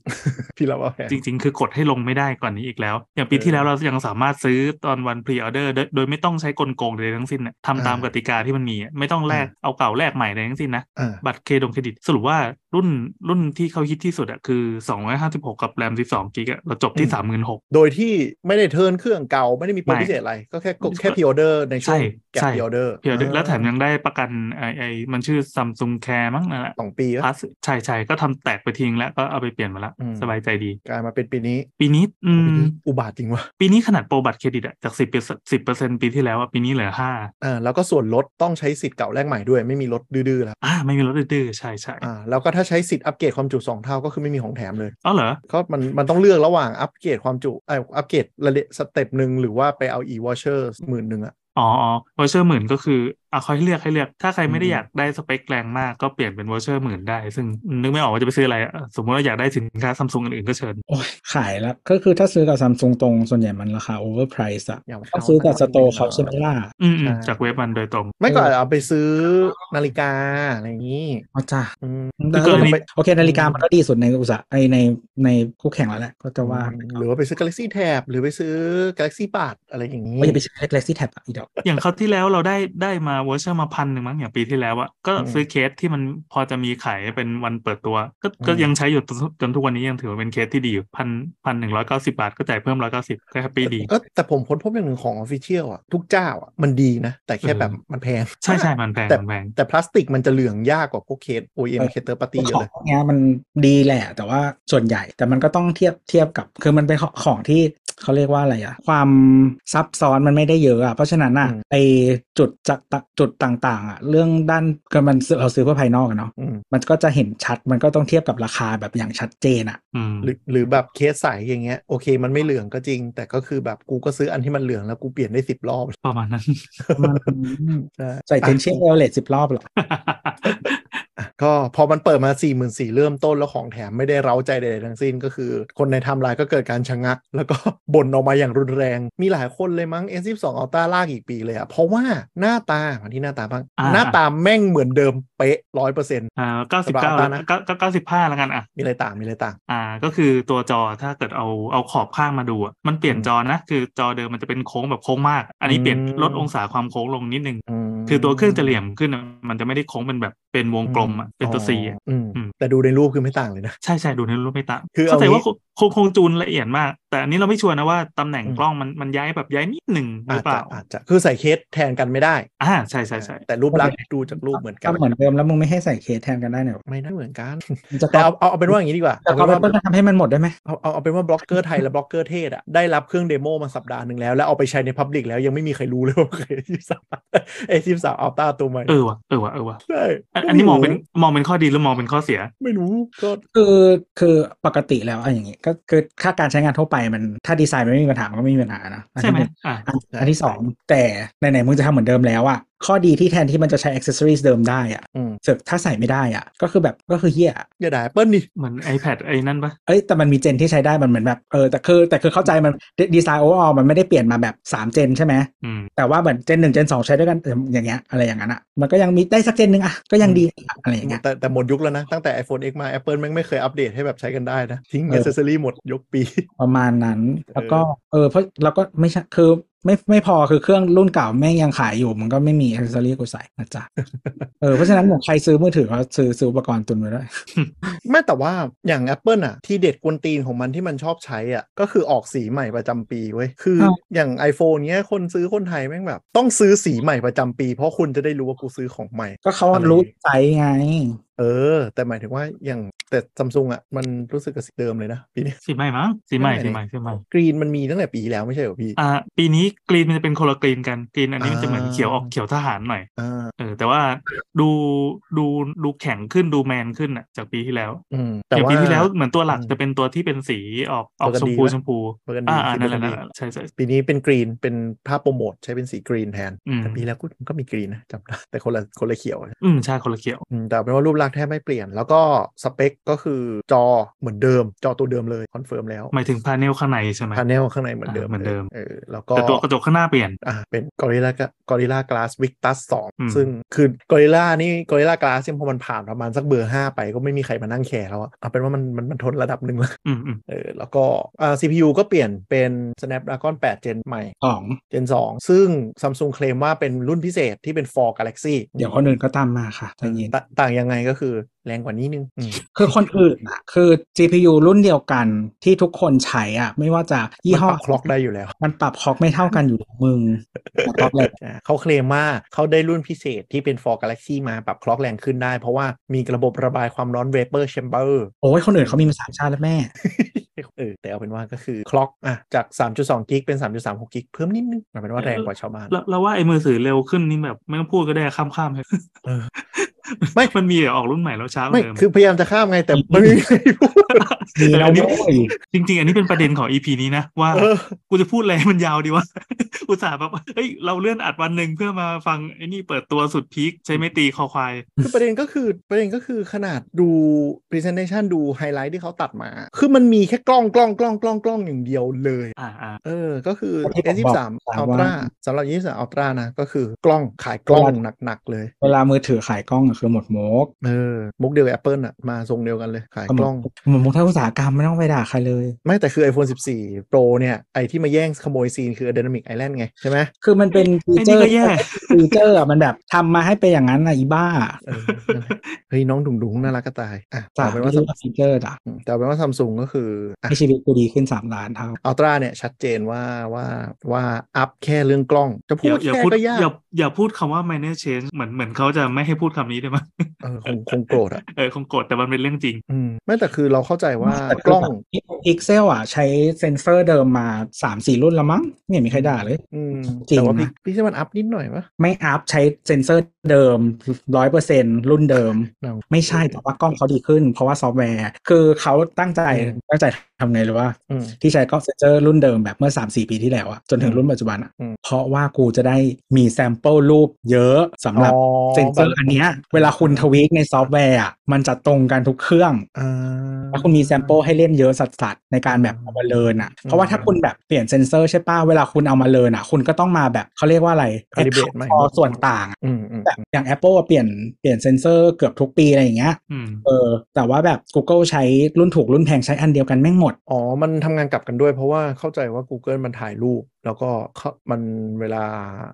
พี่เราว่าแพง
จริง ๆ คือกดให้ลงไม่ได้ก่อนนี้อีกแล้ว อย่างปี
เออ
ที่แล้วเรายังสามารถซื้อตอนวันพรีออเดอร์โดยไม่ต้องใช้กลโกงใดทั้งสิ้นน่ะทำตาม
อ่าก
ติกาที่มันมีอ่ะไม่ต้องแลก
อ่า
เอาเก่าแลกใหม่ใดทั้งสิ้นนะ
อ่า
บัตรเครดงเครดิตสรุปว่ารุ่นรุ่นที่เขาฮิตที่สุดอะคือ 256 กับแรม12กิกอะเราจบที่
อืม
36
โดยที่ไม่ได้เทิร์นเครื่องเก่าไม่ได้มีโปรพิเศษอะไร ก็แค่กดแค่พิออเดอร์ในช่วง
ใช่
แก็บ
ใช่
พิออเดอร์
เพียวด้วยแล้วแถมยังได้ประกันไอไอมันชื่อซัมซุงแคร์มั้งนั่นแหละ
สองปีปะ
พาสใช่ใช่ก็ทำแตกไปทิ้งแล้วก็เอาไปเปลี่ยนมาแล้ว
อืม
สบายใจดี
กลายมาเป็นปีนี้
ปีนี้อื
ปี
ม
นี้อุบาทจริงวะ
ปีนี้ขนาดโปรบัตรเครดิตอะจากสิบสิบเปอร์เซ็นปีที่แล้วอะปีนี้เหลือห้า
อ่าแล้วก็ส่วนลดต้องใช้สิทธิ์เก่าแลกใหม่ด้วยไม่มีลดดื้อๆแล้ว
อ่าไม่มีรถดื้อๆใช่ใช่
อ่าแล้วก็ถ้าใช้สิทธิ์อัปเกรดความจุ 2 เท่าก็คือไม่มีของแถมเลย
อ๋อเหรอ
ก็มันมันต้องเลือกระหว่างอัปเกรดความจุไอยอัปเกรดระดับสเต็ปหนึ่งหรือว่าไปเอา e voucher หมื่นหนึ่งอ่ะ
อ๋ออ๋อวอเชอร์หมื่นก็คืออ่ะคอยเลือกให้เลือก ถ้าใครไม่ได้
อืม
อยากได้สเปคแรงมากก็เปลี่ยนเป็นวอเชอร์หมื่นได้ ซึ่งนึกไม่ออกว่าจะไปซื้ออะไรอะสมมติว่าอยากได้สินค้าซัมซุงอื่นๆก็เชิญ
โอ้ยขายแล้วก็คือถ้าซื้อกับซัมซุงตรงส่วนใหญ่มันราคาโอเวอร์ไพรซ์อะ
อย่าง
ต้องซื้อกับสโตร์เขาใช่ไหมล่ะ
อืมอืมจากเว็บมันโดยตรง
ไม่ก็เอาไปซื้อนาฬิกาอะไรอย่างนี้
อ๋อจ้า
อืม
คือ
โอเคนาฬิกามันก็ดีสุดในอุตสาหไอในในคู่แข่งแล้วแหละก็จะว่าไป
หรือว่าไปซื้อ Galaxy Tab หรือไปซื้อ Galaxy b u d อะไรอย่างนี้
ก็อย่าไปใช้ Galaxy Tab อ่ะอีดอก
อย่างคราวที่แล้วเราได้ได้มาวอเชอร์มาพันหนึ่งมั้งอย่างปีที่แล้วอะก็
อืม
ซื้อเคสที่มันพอจะมีขายเป็นวันเปิดตัว ก็
อืม
ก็ยังใช้อยู่จนจนทุกวันนี้ยังถือว่าเป็นเคสที่ดีอยู่พันพันหนึ่งร้อยเก้าสิบาท ก็จ่ายเพิ่มร้อยเก้าสิบก็แฮปปี้ดี
เออแต่ผมค้นพบอย่างหนึ่งของ Official อ่ะ ทุกเจ้าอ่ะ มันดีนะ แต่แค่แบบมันแพง
ใช่ใช่มันแพง
แต่
มันแพง
แต่พลาสติกมันจะเหลืองยากกว่าพวกเคส OEM
เออ
เคเตอร์ปาร์ตี้เย
ของ
อะเลย
พวกเนี้ยมันดีแหละ แต่ว่าส่วนใหญ่แต่มันก็ต้องเทียบเทียบกับคือมันเป็นของของที่เขาเรียกว่าอะไรอะความซับซ้อนมันไม่ได้เยอะอะเพราะฉะนั้นอะ
อืม
ไอจุดจากจุดต่างๆอะเรื่องด้านคือมันซื้อเราซื้อเพื่อภายนอกอะเนาะ
อืม
มันก็จะเห็นชัดมันก็ต้องเทียบกับราคาแบบอย่างชัดเจนอะ
อืม
หรือหรือแบบเคสใสอย่างเงี้ยโอเคมันไม่เหลืองก็จริง แต่ก็คือแบบกูก็ซื้ออันที่มันเหลืองแล้วกูเปลี่ยนได้สิบรอบ
ประมาณนั้น
ใช่
ใส่เทนเชียล
อ่ะ
เวลเลตสิบรอบหรอ
อ่ะก็พอมันเปิดมา4ี่หมื่นสี่เริ่มต้นแล้วของแถมไม่ได้เร้าใจใดๆทั้งสิ้นก็คือ คนในไทำลายก็เกิดการชะงัก แล้วก็ บ่นออกมาอย่างรุนแรง มีหลายคนเลยมั้ง S12 Ultra ลากอีกปีเลยอะเพราะว่าหน้าตามาที่หน้าตาบ้าง
อ่า
หน้าตาแม่งเหมือนเดิมเป๊ะร้อยเปอร์เซ็นต์
อ่าเก้าสิบเก้า
สบายตานะ
เก้าเก้าสิบห้าแล้วกันอ่ะ
มีอะไรต่างมีอะไรต่าง
อ่าก็คือตัวจอถ้าเกิดเอาเอาขอบข้างมาดูอะมันเปลี่ยน
อืม
จอนะ คือจอเดิมมันจะเป็นโค้งแบบโค้งมาก อันนี้เปลี่ยน
อืม
ลดองศาความโค้งลงนิดนึง
ม
คือตัวเครื่องจะเหลี่ยมขึ้นอะมันจะไม่ได้โค้งเป็นแบบเป็นวงกลมอ่ะ เป็นตัว C อ่ะ
อืม
อืม
แต่ดูในรูปคือไม่ต่างเลยนะ
ใช่ใช่ดูในรูปไม่ต่าง
คือเอา
เข้าใจว่า
งี้
คงคงคงจูนละเอียดมาก แต่อันนี้เราไม่ชัวร์นะว่าตำแหน่ง
อืม
กล้องมันมันย้ายแบบย้ายนิดหนึ่งห
อา
รื
จ
อเป
จะ
ล่า
อาจจะคือใส่เคสแทนกันไม่ได้
อ่าใช่ใช่ใช่
แต่รูปลักษณ์ดูจากรูปเหมือนกัน
ถ้าเหมือนเดิมแล้วมึงไม่ให้ใส่เคสแทนกันได้เนี่ย
ไม่น่าเหมือนกัน
มันจะ
แต่เอาเอาเอาเป็นว่าอย่างนี้ดีกว่า
แต่
เอาเป็
เอา
น
ไป
ว่า
ก็ทำให้มันหมดได้ไหม
เอาเอาเอาเป็นว่าบล็อกเกอร์ไทยและบล็อกเกอร์เทศอ่ะได้รับเครื่องเดโมมาสัปดาห์หนึ่งแล้ว แล้วเอาไปใช้ในพับลิกแล้วยังไม่มีใครรู้ เลยว่าเคยทีสามไอทีสามอัลต้าตัวใหม่
เออว่ะเออว่ะเออว่ะ
ใช่
อันอันนี้มองเป็นมองเป็นข้อดีหรือมองเป็นข้อเสีย
ไม่รู้ก็
คือคือปกติแล้วอะอย่างงี้ก็คือถ้าการใช้งานทั่วไปมันถ้าดีไซน์มันไม่มีปัญหามันก็ไม่มีปัญหานะ
ใช่ไหมอ่า
อันอันที่สองแต่ไหนๆมึงจะทำเหมือนเดิมแล้วอะข้อดีที่แทนที่มันจะใช้ accessories เดิมได้อะ
อืม
เสอกถ้าใส่ไม่ได้อะก็คือแบบก็คือเฮียอะ
อย่าด่าเปิ้ลดิ
เหมือน iPad ไอ้นั่นปะ
เอ้ยแต่มันมีเจนที่ใช้ได้มันเหมือนแบบเออแต่คือแต่คือเข้าใจมันดีไซน์โอเวอร์มันไม่ได้เปลี่ยนมาแบบ 3 เจนใช่ไหม
อืม
แต่ว่าเหมือนเจนหนึ่งเจนสองใช้ด้วยกันเอออย่างเงี้ยอะไรอย่างนั้นอะมันก็ยังมีได้สักเจนหนึ่งอะก็ยังดีอะอะไรอย่างเงี้ย
แต่แต่หมดยุคแล้วนะ ตั้งแต่ iPhone X มา Apple แม่งไม่เคยอัปเดตให้แบบใช้กันได้นะทิ้งเอเซอรี่หมดยกปี
ประมาณนั้นแล้วก็เออเพราะเราก็ไม่ใช่คือ ไม่ไม่พอคือเครื่องรุ่นเก่าแม่งยังขายอยู่ มันก็ไม่มีอิสเรียกูใส่นะ จ๊ะ เออเพราะฉะนั้นผมใครซื้อมือถือก็ซื้อซื้ออุปกรณ์ตุนไว้ด้วย
ไม่แต่ว่าอย่าง Apple อ่ะ ที่เด็ดกวนตีนของมันที่มันชอบใช้อ่ะ ก็คือออกสีใหม่ประจำปีเว้ย คือ
ครับ
อย่าง iPhone เนี้ยคนซื้อคนไทยแม่งแบบ ต้องซื้อสีใหม่ประจำปี เพราะคุณจะได้รู้ว่ากูซื้อของใหม่
ก็เขารู้ใจไง
เออ แต่หมายถึงว่าอย่างแต่ซัมซุงอ่ะ มันรู้สึกกับสีเดิมเลยนะปีเนี้ย
สีใหม่มั้งสีใหม่
สี
สี
ให
ให
ม่
ม่สีใหม่
กรีนมันมีตั้งแต่ปีที่แล้วไม่ใช่เหรอพี่
อ่าปีนี้กรีนมันจะเป็นคนละกรีนกันกรีนอันนี้มันจะเหมือน
อ่า
เขียวออกเขียวทหารหน่อย
อ่า
เออแต่ว่าดูดูดูแข็งขึ้นดูแมนขึ้นอ่ะจากปีที่แล้ว
อืม
อ
แต่
ย่าง
ว่า
ปีที่แล้วเหมือนตัวหลัก
อืม
จะเป็นตัวที่เป็นสีออกออก
ปก
ช
ติ
มพู
ไหม
ชมพู
ปกติ
อ่าอ่า
สี
นั่นแหละ
ปกติ
นั่นแหละใช่ใช่
ปีนี้เป็นกรีนเป็นภาพโปรโมทใช้เป็นสีกรีนแทน
อืม
แต่ปีแล้วก็มีกรีนนะจำได้แต่คนละคนละเขียว
อืมใช่คนละเขียว
อืมแต่เป็นว่ารูปลักษณ์แทบไม่เปลี่ยน แล้วก็สเปคก็คือจอเหมือนเดิม จอตัวเดิมเลยคอนเฟิร์มแล้ว
หมายถึงพาเนลข้างในใช่ไหม
พาเนลข้างในเหมือนเดิม
อ่าเหมือนเดิม
เออแล้วก็
แต่ตัวกระจกข้างหน้าเปลี่ยน
อ่าเป็นกอริล่ากอริล่ากลาสวิกตัสสอง
อืม
ซึ่งคือกอริล่านี่กอริล่ากลาสเนี่ยพอมันผ่านประมาณสักเบอร์ห้าไปก็ไม่มีใครมานั่งแคร์แล้วอะเอาเป็นว่ามันมันมันทนระดับหนึ่งแล้ว
อืมอืม
เออแล้วก็อ่า CPU ก็เปลี่ยนเป็น Snapdragon 8 Gen ใหม่
ของ
Gen 2 ซึ่ง Samsung เคลมว่าเป็นรุ่นพิเศษที่เป็น for Galaxy
เดี๋ยวคนอื่นก็ตามมาค่ะใจเย็น
ตต่างยังไงก็คือแรงกว่านี้นึงอืม
คือคนอื่นอ่ะ คือ GPU รุ่นเดียวกันที่ทุกคนใช้อ่ะ ไม่ว่าจะยี่ห้อ
มันปรับคล็อกได้อยู่แล้ว
มันปรับคล็อกไม่เท่ากันอยู่แล้วมึงแต่คล็อกเลย
อ่าเขาเคลมว่าเขาได้รุ่นพิเศษที่เป็น for Galaxy มาปรับคล็อกแรงขึ้นได้ เพราะว่ามีระบบระบายความร้อน vapor chamber
โอ้ยคนอื่นเขามีมาสามชาติแล้ว แม่
เออแต่เอาเป็นว่าก็คือคล็อกอ่ะจาก 3.2 กิกเป็น 3.36 กิกเพิ่มนิดนึงเอาเป็นว่าแรงกว่าชาวบ้าน
แล้วแล้วว่าไอ้มือถือเร็วขึ้นนี่แบบไม่ต้องพูดก็ได้ข้ามข้ามเลย
เออไม่
ไม่ มันมีออกรุ่นใหม่แล้วช้ากว่า
ไม่
เดิม
คือพยายามจะข้ามไงแต่มันไม่มีใครพูด
มีแล้ว
แต่
โว้
อัน
ย
นี้จริง ๆ อันนี้เป็นประเด็นของ EP นี้นะ ว่า
เออ
กูจะพูดอะไรให้มันยาวดี วะ อุตส่าห์แบบเฮ้ยเราเลื่อนอัดวันหนึ่งเพื่อมาฟังไอ้นี่เปิดตัวสุดพีคใช้ไม่ตีคอควาย
คือประเด็นก็คือประเด็นก็คือขนาดดู presentation ดูไฮไลท์ที่เขาตัดมา คือมันมีแค่กล้องกล้องกล้องกล้องกล้องอย่างเดียวเลย
อ่าอ่า
เออ ก็คือ
ที่ผมบอก
S23
ว่า
Ultra สำหรับ 23 Ultra นะ ก็คือกล้องขายกล้องหนัก ๆ เลย
เวลามือถือขายกล้องอะคือหมดโมก
เออ มุกเดียวกับ Apple อ่ะ มาทรงเดียวกันเลย ขายกล้อง
หมดโมกทางอุตสาหกรรมไม่ต้องไปด่าใครเลย
ไม่แต่คือ iPhone 14 Pro เนี่ย ไอที่มาแย่งขโมยซีนคือ Dynamic Island ไง ใช่ไหม
คือมันเป็นฟี
ไอ้
เจอร์
นี่ก็แย่
ฟีเจอร์อะมันแบบทำมาให้เป็นอย่างนั้นอะอีบ้า
เออนั่นแหละเฮ้ย น้องดุงดุงน่ารักก็ตาย อ่ะแต่
จ้ะ
เอาเป็น
ไม่
ว่า
ใช่ฟีเจอร์จ้ะ
แต่เอาเป็นว่าซัมซุงก็คืออ่ะ
ให้ชีวิตกูดีขึ้นสามล้านเท่า
Ultra เนี่ย ชัดเจนว่าว่าว่าอัพแค่เรื่องกล้อง จะพู
อ
ด
ย่าอย่า
แค่
พูด
ก็ยาก
อย่าอย่าพูดคำว่า minor change เหมือนเหมือนเขาจะไม่ให้พูดคำนี้ได้มั้ย
เออคงคงโกรธอ่ะ
เออคงโกรธแต่มันเป็นเรื่องจริง
อืมไม่แต่คือเราเข้าใจว่า
แต่
กล้อง
พิกเซลอะใช้เซนเซอร์เดิมมาสามสี่รุ่นแล้วมั้งไม่เห็นมีใครด่าเลย
อืม
จริง
แต่ว่า
นะ
พี่พี่ใช่มันอัพนิดหน่อยปะ
ไม่อัพใช้เซนเซอร์เดิมร้อยเปอร์เซ็นรุ่นเดิม
เรา
ไม่ใช่แต่ว่ากล้องเขาดีขึ้น เพราะว่าซอฟต์แวร์ คือเขาตั้งใจ
อืม
ตั้งใจทำไงหรือว่า
อืม
ที่ใช้กล้องเซนเซอร์รุ่นเดิมแบบเมื่อ 3 4 ปีที่แล้วอะจนถึงรุ่นปัจจุบันอะ
อืม
เพราะว่ากูจะได้มีแซมเปิลรูปเยอะสำหรับ
อ๋อ
เซนเซอร์อันเนี้ยเวลาคุณทวีคในซอฟต์แวร์อะมันจะตรงกันทุกเครื่อง
อ่า
แล้วคุณมีแซมเปิลให้เล่นเยอะสัสๆในการแบบเอามาเลินอ่ะ เพราะว่าถ้าคุณแบบเปลี่ยนเซนเซอร์ใช่ป่ะ เวลาคุณเอามาเลินอ่ะ คุณก็ต้องมาแบบเขาเรียกว่าอะไร
Calibrate ใหม่
พอส่วนต่างอะ
อืมอืม
แบบอย่าง Apple อะเปลี่ยนเปลี่ยนเซนเซอร์เกือบทุกปีอะไรอย่างเงี้ย
อืม
เออ แต่ว่าแบบ Google ใช้รุ่นถูกรุ่นแพงใช้อันเดียวกันแม่งหมด
อ๋อ มันทำงานกลับกันด้วยเพราะว่าเข้าใจว่า Google มันถ่ายรูป แล้วก็เขามันเวลา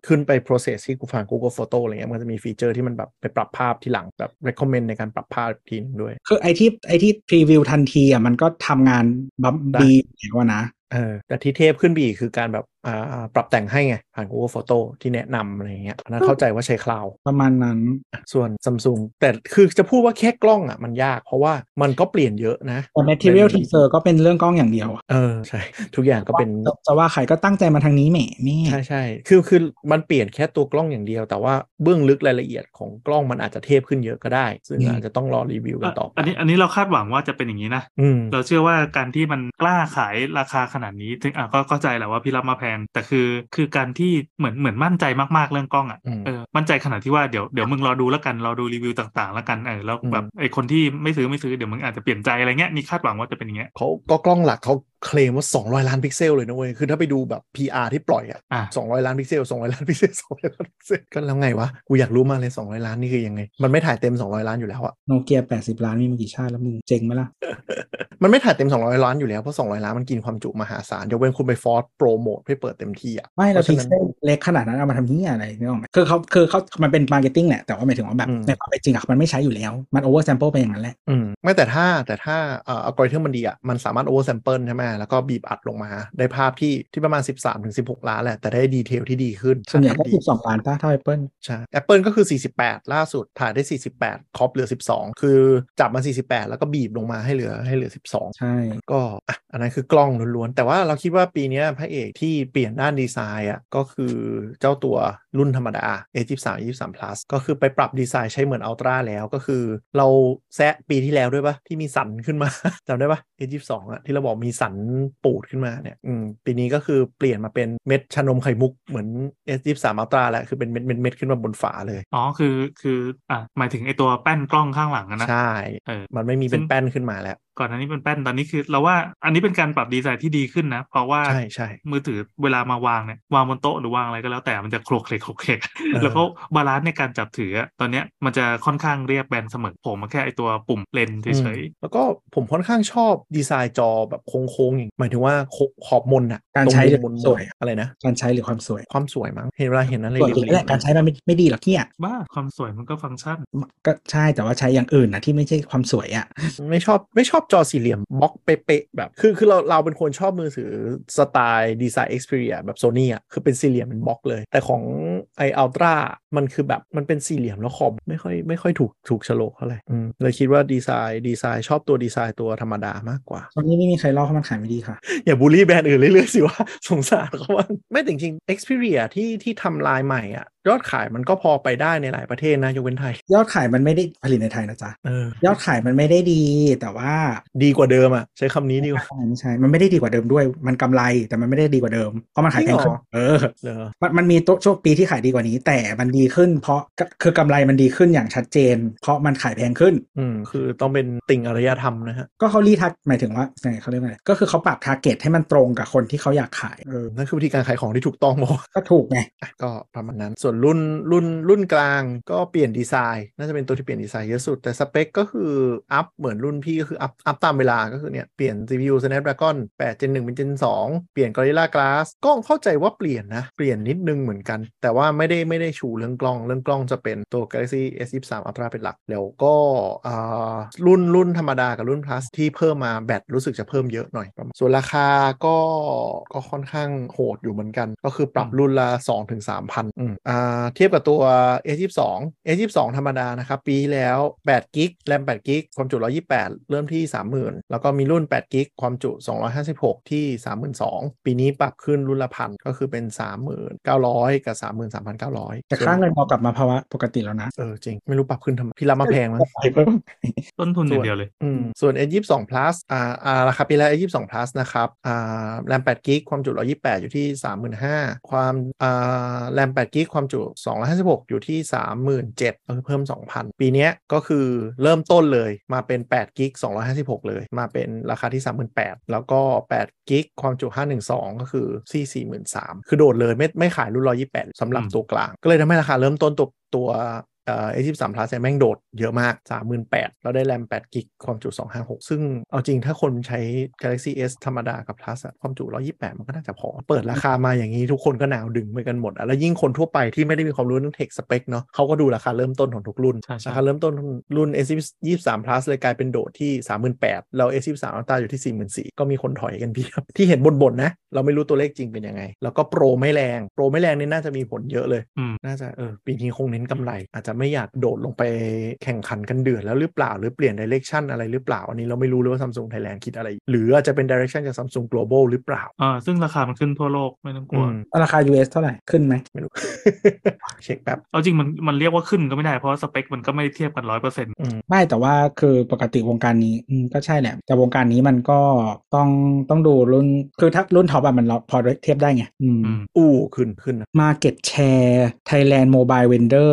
ขึ้นไป process ที่กูผ่าน Google Photo อะไรเงี้ย มันก็จะมีฟีเจอร์ที่มันแบบไปปรับภาพที่หลังแบบ recommend ในการปรับภาพอีกทีหนึงด้วย
คือไอที่ไอที่พรีวิวทันทีอ่ะมันก็ทำงานบัม
ได้
บีแล้วอะนะ
เออแต่ที่เทพขึ้นไปอีกคือการแบบอ่าปรับแต่งให้ไง ผ่าน Google Photo ที่แนะนำอะไรเงี้ยอันนั้นเข้าใจว่าใช้คลาว
ประมาณนั้น
ส่วน Samsung แต่คือจะพูดว่าแค่กล้องอ่ะมันยาก เพราะว่ามันก็เปลี่ยนเยอะนะ
แต่ Material Teaser ก็เป็นเรื่องกล้องอย่างเดียวอะ
เออใช่ ทุกอย่างก็เป็น
จะจะว่าใครก็ตั้งใจมาทางนี้แหมแม่
ใช่ใช่คือคือมันเปลี่ยนแค่ตัวกล้องอย่างเดียว แต่ว่าเบื้องลึกรายละเอียดของกล้องมันอาจจะเทพขึ้นเยอะก็ได้ ซึ่งอาจจะต้องรอรีวิวกันต่อไป
อันนี้อันนี้เราคาดหวังว่าจะเป็นอย่างนี้นะ
อืม
เราเชื่อว่าการที่มันกล้าขายราคาขนาดนี้ถึงอ่ะก็เข้าใจแหละว่าพี่รับมาแพง แต่คือคือการที่เหมือนเหมือนมั่นใจมากๆเรื่องกล้องอ่ะ
อืม
เออมั่นใจขนาดที่ว่าเดี๋ยวเดี๋ยวมึงรอดูแล้วกันรอดูรีวิวต่างๆ แล้วกันเออแล้ว
อืม
แบบไอ้คนที่ไม่ซื้อไม่ซื้อเดี๋ยวมึงอาจจะเปลี่ยนใจอะไรเงี้ยมีคาดหวังว่าจะเป็นอย่างเงี้ย
เขาก็กล้องหลักเขา เคลมว่า 200 ล้านพิกเซลเลยนะเว้ย คือถ้าไปดูแบบ PR ที่ปล่อยอะ
อ่ะ
200 ล้านพิกเซล 200 ล้านพิกเซล 200 ล้านพิกเซล ก็แล้วไงวะ กูอยากรู้มากเลย 200 ล้านนี่คือยังไง มันไม่ถ่ายเต็ม 200 ล้านอยู่แล้วอะ
โนเกียแปดสิบล้านมีมากี่ชาติแล้วมึงเจ๋งไหมล่ะ
มันไม่ถ่ายเต็ม 200 ล้านอยู่แล้ว เพราะ 200 ล้านมันกินความจุมหาศาลยกเว้นคุณไปฟอร์สโปรโมทให้เปิดเต็มที่อะ
ไม่เรา
พะ
พิก
ฉะนั้น
เซลเล็กขนาดนั้นเอามาทำนี่อะไรนึกออกไหมคือเขาคือเขามันเป็นมาร์เก็ตติ้งแหละ แต่ว่าหมายถึงว่าแบบ
อืม
ในความเป็นจริงอะมันไม่ใช้อยู่แล้ว มันโอเวอร์แซมเปิลไปอย่างนั้นแหละ
อืมไม่แต่ถ้าแต่ถ้าเอ่ออัลกอริทึมมันดีอ่ะ มันสามารถโอเวอร์แซมเปิลใช่ไหมแล้วก็บีบอัดลงมา ได้ภาพที่ที่ประมาณ 13ถึง16 ล้านแหละ แต่ได้ดีเทลที่ดีขึ้น
ส่วนใหญ่ก็
ดี
สิบสองล้านป้าเท่าไอเปิล
ใช่แอปเปิลก็คือ 48 ล่าสุดถ่ายได้ 48 ครอปเหลือ 12 คือจับมา 48 แล้วก็บีบลงมาให้เหลือให้เหลือ 12
ใช่
ก็อ่ะอันนั้นคือกล้องล้วนๆ แต่ว่าเราคิดว่าปีเนี้ยพระเอกที่เปลี่ยนด้านดีไซน์อ่ะก็คือเจ้าตัวรุ่นธรรมดา A23 23 plus ก็คือไปปรับดีไซน์ใช้เหมือน Ultra แล้วก็คือ เราแซะปีที่แล้วด้วยปะที่มีสันขึ้นมา จำได้ปะ A22 อ่ะที่เราบอกมีสันปูดขึ้นมาเนี่ยอืมปีนี้ก็คือเปลี่ยนมาเป็นเม็ดชานมไข่มุกเหมือน S23 Ultra แล้วคือเป็นเม็ดเม็ดเม็ดๆๆขึ้นมาบนฝาเลย
อ๋อคือคืออ่ะหมายถึงไอตัวแป้นกล้องข้างหลังอะนะ
ใช่
เออ
มันไม่มีเป็นแป้นขึ้นมาแล้ว
ก่อนอันนี้เป็นแป้นตอนนี้คือเราว่าอันนี้เป็นการปรับดีไซน์ที่ดีขึ้นนะ เพราะว่า
ใช่ใช่
มือถือเวลามาวางเนี่ยวางบนโต๊ะหรือวางอะไรก็แล้วแต่มันจะโครกเคลกโครกเคลก
ออ
แล้วก็บาลานซ์ในการจับถืออะตอนเนี้ยมันจะค่อนข้างเรียบแบนเสมอผมมาแค่ไอตัวปุ่มเลนเฉย
อืมแล้วก็ผมค่อนข้างชอบดีไซน์จอแบบโค้งๆอย่างหมายถึงว่าขขอบมนอะ
การใช้
ตงมุมมน
สวย
อะไรนะ
การใช้หรือความสวย
ความสวยมั้งเห็นเวลาเห็นอะไร
ส่วนอื่น
เรี
นั่น
ย
แหละ
บๆ
การใช้มันไม่ไม่ดีหรอกที่อ่ะ
ๆบ้าความสวยมันก็ฟังก์ชัน
ก็ใช่แต่ว่าใช้อย่างอื่นนะที่ไม่ใช่ความสวยอ่ะ
ไม่ชอบไม่ชอบจอสี่เหลี่ยมบล็อกเป๊ะๆแบบ คือคือเราเราเป็นคนชอบมือถือสไตล์ดีไซน์เอ็กซ์เพรียแบบโซนี่อะคือเป็นสี่เหลี่ยมเป็นบล็อกเลย แต่ของไออัลตร้ามันคือแบบมันเป็นสี่เหลี่ยมแล้วขอบไม่ค่อยไม่ค่อยถูกถูกโฉลกเท่าไหร่อืมเลยคิดว่าดีไซน์ดีไซน์ชอบตัวดีไซน์ตัวธรรมดามากกว่า
ตอนนี้ไม่มีใครเล่าเพราะมันขายไม่ดีค่ะ
อย่าบูลลี่แบรนด์อื่นเรื่อยๆสิว่า สงสารเขาว่างไม่แต่จริงๆ Xperia ที่ที่ทำลายใหม่อ่ะ ยอดขายมันก็พอไปได้ในหลายประเทศนะ ยกเว้นไทย
ยอดขายมันไม่ได้ผลิตในไทยนะจ๊ะ
เออ
ยอดขายมันไม่ได้ดีแต่ว่า
ดีกว่าเดิมอ่ะ ใช้คำนี้ดีกว่า
ไม่ใช่ มันไม่ได้ดีกว่าเดิมด้วย มันกำไรแต่มันไม่ได้ดีกว่าเดิมเพราะมันขายแพงขึ้น
จริงเหรอ
เออ
เออ
มันมันมีตัวช่วงปีที่ขายดีกว่านี้ แต่มันดีขึ้นเพราะก็คือกำไรมันดีขึ้นอย่างชัดเจน เพราะมันขายแพงขึ้น
อืม คือต้องเป็นติ่งอารยธรรมนะฮะ
ก็เขารีทักหมายถึงว่าไงเขาเรียกว่าไงก็คือเขาปรับทาร์เก็ตให้มันตรงกับคนที่เขาอยากขายเออ
นั่นคือวิธีการขายของที่ถูกต้อง บอก
ก็ถูกไง
อ่ะก็ประมาณนั้น ส่วนรุ่นรุ่นรุ่นกลางก็เปลี่ยนดีไซน์ น่าจะเป็นตัวที่เปลี่ยนดีไซน์เยอะสุด แต่สเปคก็คืออัพเหมือนรุ่นพี่ก็คืออัพอัพตามเวลาก็คือเนี่ยเปลี่ยน CPU Snapdragon 8 Gen 1เป็น Gen 2 เปลี่ยน Gorilla Glass กล้องเข้าใจว่าเปลี่ยนนะ เปลี่ยนนิดนึงเหมือนกัน แต่ว่าไม่ได้ไม่ได้ชูเรื่องกล้อง เรื่องกล้องจะเป็นตัว Galaxy S23 Ultra เป็นหลัก แล้วก็อ่ารุ่นรุ่นธรรมดากับรุ่น plus ที่เพิ่มมาแบตรู้สึกจะเพิ่มเยอะหน่อยประมาณส่วนราคาก็ก็ค่อนข้างโหดอยู่เหมือนกัน ก็คือปรับรุ่นละ 2-3,000ถึง3,000อืมอ่าเทียบกับตัว S22 S22 ธรรมดานะครับ ปีที่แล้ว8กิกแรม8กิกความจุ 128 เริ่มที่ 30,000 แล้วก็มีรุ่น8กิกความจุ 256 ที่ 32,000 ปีนี้ปรับขึ้นรุ่นละพันก็คือเป็น 3,900 กับ 33,900
แต่ค่าเงินเรากลับมาภาวะปกติแล้วนะ
เออจริง ไม่รู้ปรับขึ้นทำไมพี่รับมาแพงมั้ง
ขายเพิ่ม
ต้นทุนอย่า
ส่วน
งเดียวเลย
อืมส่วน S22 plus อ่าอ่าราคาปีแล้ว S22 plus นะครับอ่าแรม8กิกความจุ 128 อยู่ที่ 35,000 ความอ่าแรม8กิกความจุ 256 อยู่ที่ 37,000ก็คือเพิ่ม 2,000 ปีเนี้ยก็คือเริ่มต้นเลยมาเป็น8กิก256 เลย มาเป็นราคาที่ 38,000 แล้วก็8กิกความจุ 512 ก็คือที่43,000 คือโดดเลยไม่ไม่ขายรุ่น 128สำหรับ
อืม
ตัวกลาง ก็เลยทำให้ราคาเริ่มต้นตัวตัว เอ่อ A23 Plus เนี่ยแม่งโดดเยอะมาก 38,000แล้วได้แรม8กิกความจุ 256 ซึ่งเอาจริงถ้าคนใช้ Galaxy S ธรรมดากับ Plus อะความจุ 128 มันก็น่าจะพอ เปิดราคามาอย่างนี้ทุกคนก็หนาวดึงไปกันหมดอะแล้วยิ่งคนทั่วไปที่ไม่ได้มีความรู้เรื่องเทคสเปคเนาะเขาก็ดูราคาเริ่มต้นของทุกรุ่น
ใช่ใช่
ราคาเริ่มต้นรุ่น S23 Plus เลยกลายเป็นโดดที่ 38,000แล้ว S23 Ultra อยู่ที่ 44,000ก็มีคนถอยกันเพียบ ที่เห็นบ่นๆนะเราไม่รู้ตัวเลขจริงเป็นยังไง แล้วก็โปรไม่แรงโปรไม่แรงนี่น่าจะมีผลเยอะเลย
อืม
น่าจะเออปีนี้คงเน้นกำไร อาจจะไม่อยากโดดลงไปแข่งขันกันเดือดแล้วหรือเปล่าหรือเปลี่ยนดิเรกชันอะไรหรือเปล่า อันนี้เราไม่รู้เลยว่าซัมซุงไทยแลนด์คิดอะไร หรืออาจจะเป็นดิเรกชันจากซัมซุง global หรือเปล่า
อ่าซึ่งราคามันขึ้นทั่วโลกไม่ต้องก
อื
ลัว
ม
ราคา US เท่าไหร่ขึ้นไหม
ไม่รู้ เช็คแป๊บ
เอาจริงมันมันเรียกว่าขึ้นก็ไม่ได้เพราะสเปคมันก็ไม่ได้เทียบกันร้อยเปอร์เซ็นต์
อืม
ไม่แต่ว่าคือปกติวงการนี้อืมก็ใช่แหละ แต่วงการนี้มันก็ต้องต้องดูรุ่นคือถ้ารุ่นท็อปอะมันเราพอเทียบได้ไงอืม
อืม
อู้ขึ้นขึ้นนะ
Market Share Thailand Mobile Vendor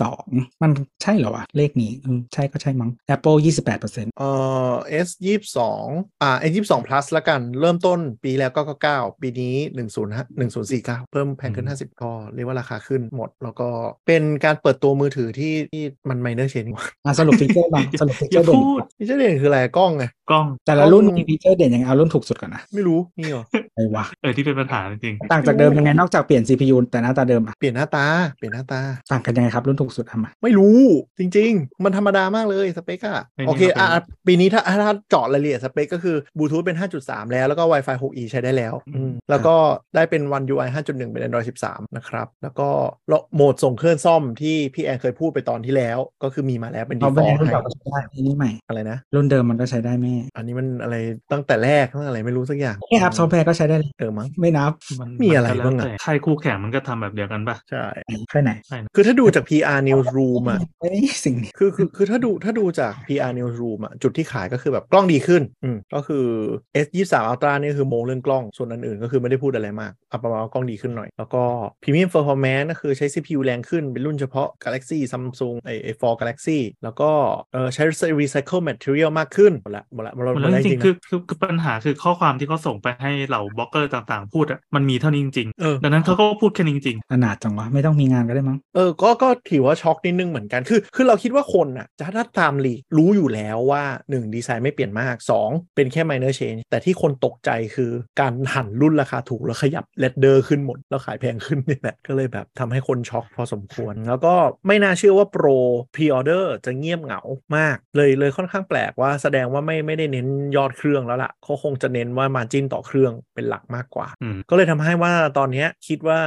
22 มันใช่เหรอวะ เลขนี้อืมใช่ก็ใช่มั้ง Apple 28%
เอ่อ S ยี่สองอ่า S ยี่สอง plus ละกัน เริ่มต้นปีแล้วก็เก้าปีนี้หนึ่งศูนย์หนึ่งศูนย์สี่เก้าเพิ่มแพงขึ้น
อืม
ห้าสิบก็เรียกว่าราคาขึ้นหมด แล้วก็เป็นการเปิดตัวมือถือที่ที่มันไมเนอร์เชน
อ่ะสรุปฟีเจอร์บางสรุปฟีเจอย่
อา
ร์เด่น
พูด
นี่จะเด่นคืออะไรกล้องไง
กล้อง
แต่ละรุ่น
กล้อง
มีฟีเจอร์เด่นยังไงเอารุ่นถูกสุดก่อนนะ
ไม่รู้นี่เหรอ
ไปวะ
เออที่เป็นปัญหาจริง
ต่างจากเดิมยังไงนอกจากเปลี่ยน CPU แต่หน้าตาเดิมอะ
เปลี่ยนหน้าตา เปลี่ยนหน้าตา
ต่างกันยังไงครับรุ่นถูกสุดทำมา
ไม่รู้จริง ๆ มันธรรมดามากเลยสเปคอะ
ไม่มี
โอเค
มาเป็น
อ่ะปีนี้ถ้าถ้าเจาะรายละเอียดสเปคก็คือบลูทูธเป็น 5.3 แล้ว แล้วก็ Wi-Fi 6E ใช้ได้แล้วอืมแล้วก็ได้เป็น One UI 5.1 เป็น Android 13 นะครับ แล้วก็โหมดส่งเครื่องซ่อมที่พี่แอนเคยพูดไปตอนที่แล้ว ก็คือมีมาแล้วเป็นดี
เอา
ฟ
เป็น
อลต์
รุ่น
ให้
เก่าก็ใช้ได้อันนี้ใหม่
อะไรนะ
รุ่นเดิมมันก็ใช้ได้แม่
อันนี้มันอะไรตั้งแต่แรกตั้งแต่อะไรไม่รู้สักอย่าง
นี่ครับซอฟต์แวร์ก็ใช้ได้เลย
เออมั้ง
ไม่นับ
ๆมัน
มีอะไร
นก็แล้ว
บ้างอะ
แต่ค่ายคู่แข่งมันก็ทำแบบเดียวกันปะ
ใช่
แค่ไหน
คือถ้าดูจาก PR Newsroom อะ
ไม่ได้สิ่งนี้
คือคือคือถ้าดูถ้าดูจาก PR Newsroom อะจุดที่ขายก็คือแบบกล้องดีขึ้นอืมก็คือ S 2 3 Ultra นี่คือโมงเรื่องกล้อง ส่วนอันอื่นก็คือไม่ได้พูดอะไรมากเอาประมาณว่ากล้องดีขึ้นหน่อย แล้วก็ Premium Performance ก็คือใช้ CPU แรงขึ้น เป็นรุ่นเฉพาะ Galaxy Samsung ไอ A4 Galaxy แล้วก็เออใช้ Recycle Material มากขึ้น หมดละหมดละหมดละ
ห
ห
ม
ม
ด
ด
แล้ว
ละ
จ
จ
ริ
ริ
ง
ง
ๆ
ๆ
คือ
นะ
คือคือปัญหาคือข้อความที่เขาส่งไปให้เหล่าบล็อกเกอร์ต่างๆ พูดอะมันมีเท่านี้จริง
เออ
ๆดังนั้นเขาก็พูดแค่นี้จริง
อนาถจังวะ ไม่ต้องมีงานก็ได้มั้ง
เออ ก็ ก็ถือว่าช็อกนิดนึงเหมือนกัน คือ คือเราคิดว่าคนอ่ะ จะถ้าตามลีกรู้อยู่แล้วว่า 1 ดีไซน์ไม่เปลี่ยนมาก 2 เป็นแค่ minor change แต่ที่คนตกใจคือการหันรุ่นราคาถูก แล้วขยับเลดเดอร์ขึ้นหมด แล้วขายแพงขึ้นเนี่ยแหละ ก็เลยแบบทำให้คนช็อกพอสมควร แล้วก็ไม่น่าเชื่อว่าโปร pre order จะเงียบเหงามาก เลยเลยค่อนข้างแปลกว่าแสดงว่าไม่ไม่ได้เน้นยอดเครื่องแล้วล่ะเขาคงจะเน้นว่า margin ต่อเครื่องเป็นหลักมากกว่า
อืม
ก็เลยทำให้ว่าตอนเนี้ยคิดว่า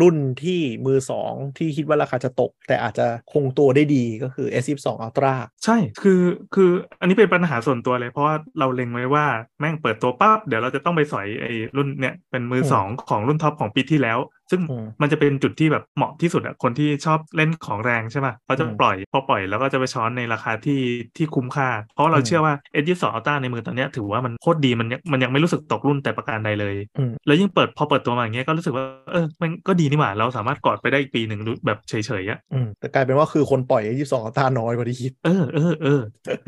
รุ่นที่มือ 2 ที่คิดว่าราคาจะตก แต่อาจจะคงตัวได้ดีก็คือ S22 Ultra
ใช่คือคืออันนี้เป็นปัญหาส่วนตัวเลยเพราะว่าเราเล็งไว้ว่าแม่งเปิดตัวปั๊บเดี๋ยวเราจะต้องไปสอยไอ้รุ่นเนี่ยเป็นมือสองของรุ่นท็อปของปีที่แล้ว ซึ่ง
อืม
มันจะเป็นจุดที่แบบเหมาะที่สุดอะคนที่ชอบเล่นของแรงใช่ไหมเขาจะ
อืม
ปล่อยพอปล่อยแล้วก็จะไปช้อนในราคาที่ที่คุ้มค่า เพราะเรา
อืม
เชื่อว่า S22 Ultra ในมือตอนเนี้ยถือว่ามันโคตรดีมันยังมันยังไม่รู้สึกตกรุ่นแต่ประการใดเลย
อืม
แล้วยิ่งเปิดพอเปิดตัวมาอย่างเงี้ยก็รู้สึกว่าเออมันก็ดีนี่หว่าเราสามารถกอดไปได้อีกปีหนึ่งดูแบบเฉยๆอะ
อืมแต่กลายเป็นว่าคือคนปล่อย S22 Ultra น้อยกว่าที่คิด
เออเออเออ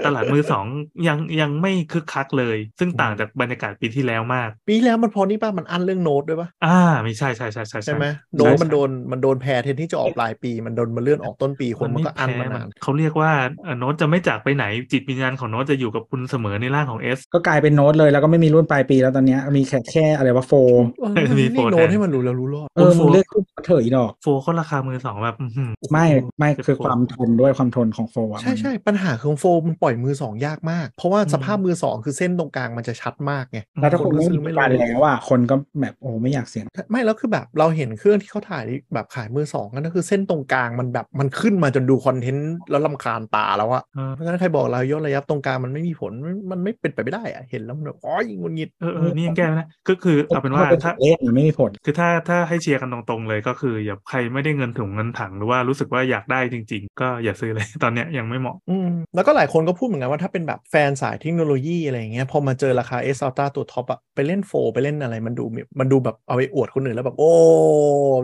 ตลาดมือสองยังยังไม่คึกคักเลย ซึ่งต่างจากบรรยากาศปีที่แล้วมาก
ปีที่แล้วมันพอนี่ป่ะ มันอั้นเรื่องโน้ตด้วยป่ะ
อ่าไม่ใช่ใช่ใช่ใช่
ใช่ไหมโน้
ใช่
ต
ใช่
มันโดนมันโดนแพ้เทนที่จะออกปลายปี มันโดนมันเลื่อนออกต้นปีคนมันก็อั้นมานาน
เขาเรียกว่าเอ่อโน้ตจะไม่จากไปไหนจิตวิญญาณของโน้ตจะอยู่กับคุณเสมอในร่างของเอส
ก็กลายเป็นโน้ตเลย แล้วก็ไม่มีรุ่นปลายปีแล้วตอนเนี้ยมีแค่แค่อะไรวะโฟ
เออ
เออมี
นี่
โฟร์
โน้
แท
ต
น
ให้มันรู้แล้วรู้รอด
เออมึงเลือกรุ่นเถอะอีดอก
โฟก็ราคามือสองแบบอื้อหือ
ไม่ไม่
โอ้โห
คือความทนด้วยความทนของโฟอะมั
ใช่
น
ใช่ปัญหาคือโฟมมันปล่อยมือสองยากมาก เพราะว่า
อืม
สภาพมือสองคือเส้นตรงกลางมันจะชัดมากไง
แล้วถ้าคน
คนก็
ไม่
ซื้อไม่
มี
ลง
การแล้วอ่ะคนก็แบบโอ้ไม่อยากเสี่ยง
ไม่แล้วคือแบบเราเห็นเครื่องที่เขาถ่ายแบบขายมือสองกันก็คือเส้นตรงกลางมันแบบมันขึ้นมาจนดูคอนเทนต์แล้วลำคาญตาแล้วอะ
เออ
เพราะฉะนั้นใครบอกเราย่นระยะตรงกลางมันไม่มีผลมันมันไม่เป็นไปไม่ได้อะเห็นแล้วมันแบบอ๋อยงุนงิด
เออเออนี่ยังแก้ไม่ได้ก็คือเอาเป็นว่าถ้า
เล่นมันไม่มีผล
คือถ้าถ้าให้เชียร์กันตรงๆเลยก็คืออย่าใครไม่ได้เงินถุงเงินถังหรือว่ารู้สึกว่าอยากได้จริง ๆ ก็อย่าซื้อเลย ตอนเนี้ยยังไม่เหมาะ
อืมแล้วก็หลายคนก็พูดเหมือนกันว่าถ้าเป็นแบบแฟนสายเทคโนโลยีอะไรอย่างเงี้ยพอมาเจอราคา S Ultra ตัวท็อปอะไปเล่นโฟไปเล่นอะไรมันดูมีมันดูแบบเอาไปอวดคนอื่นแล้วแบบโอ้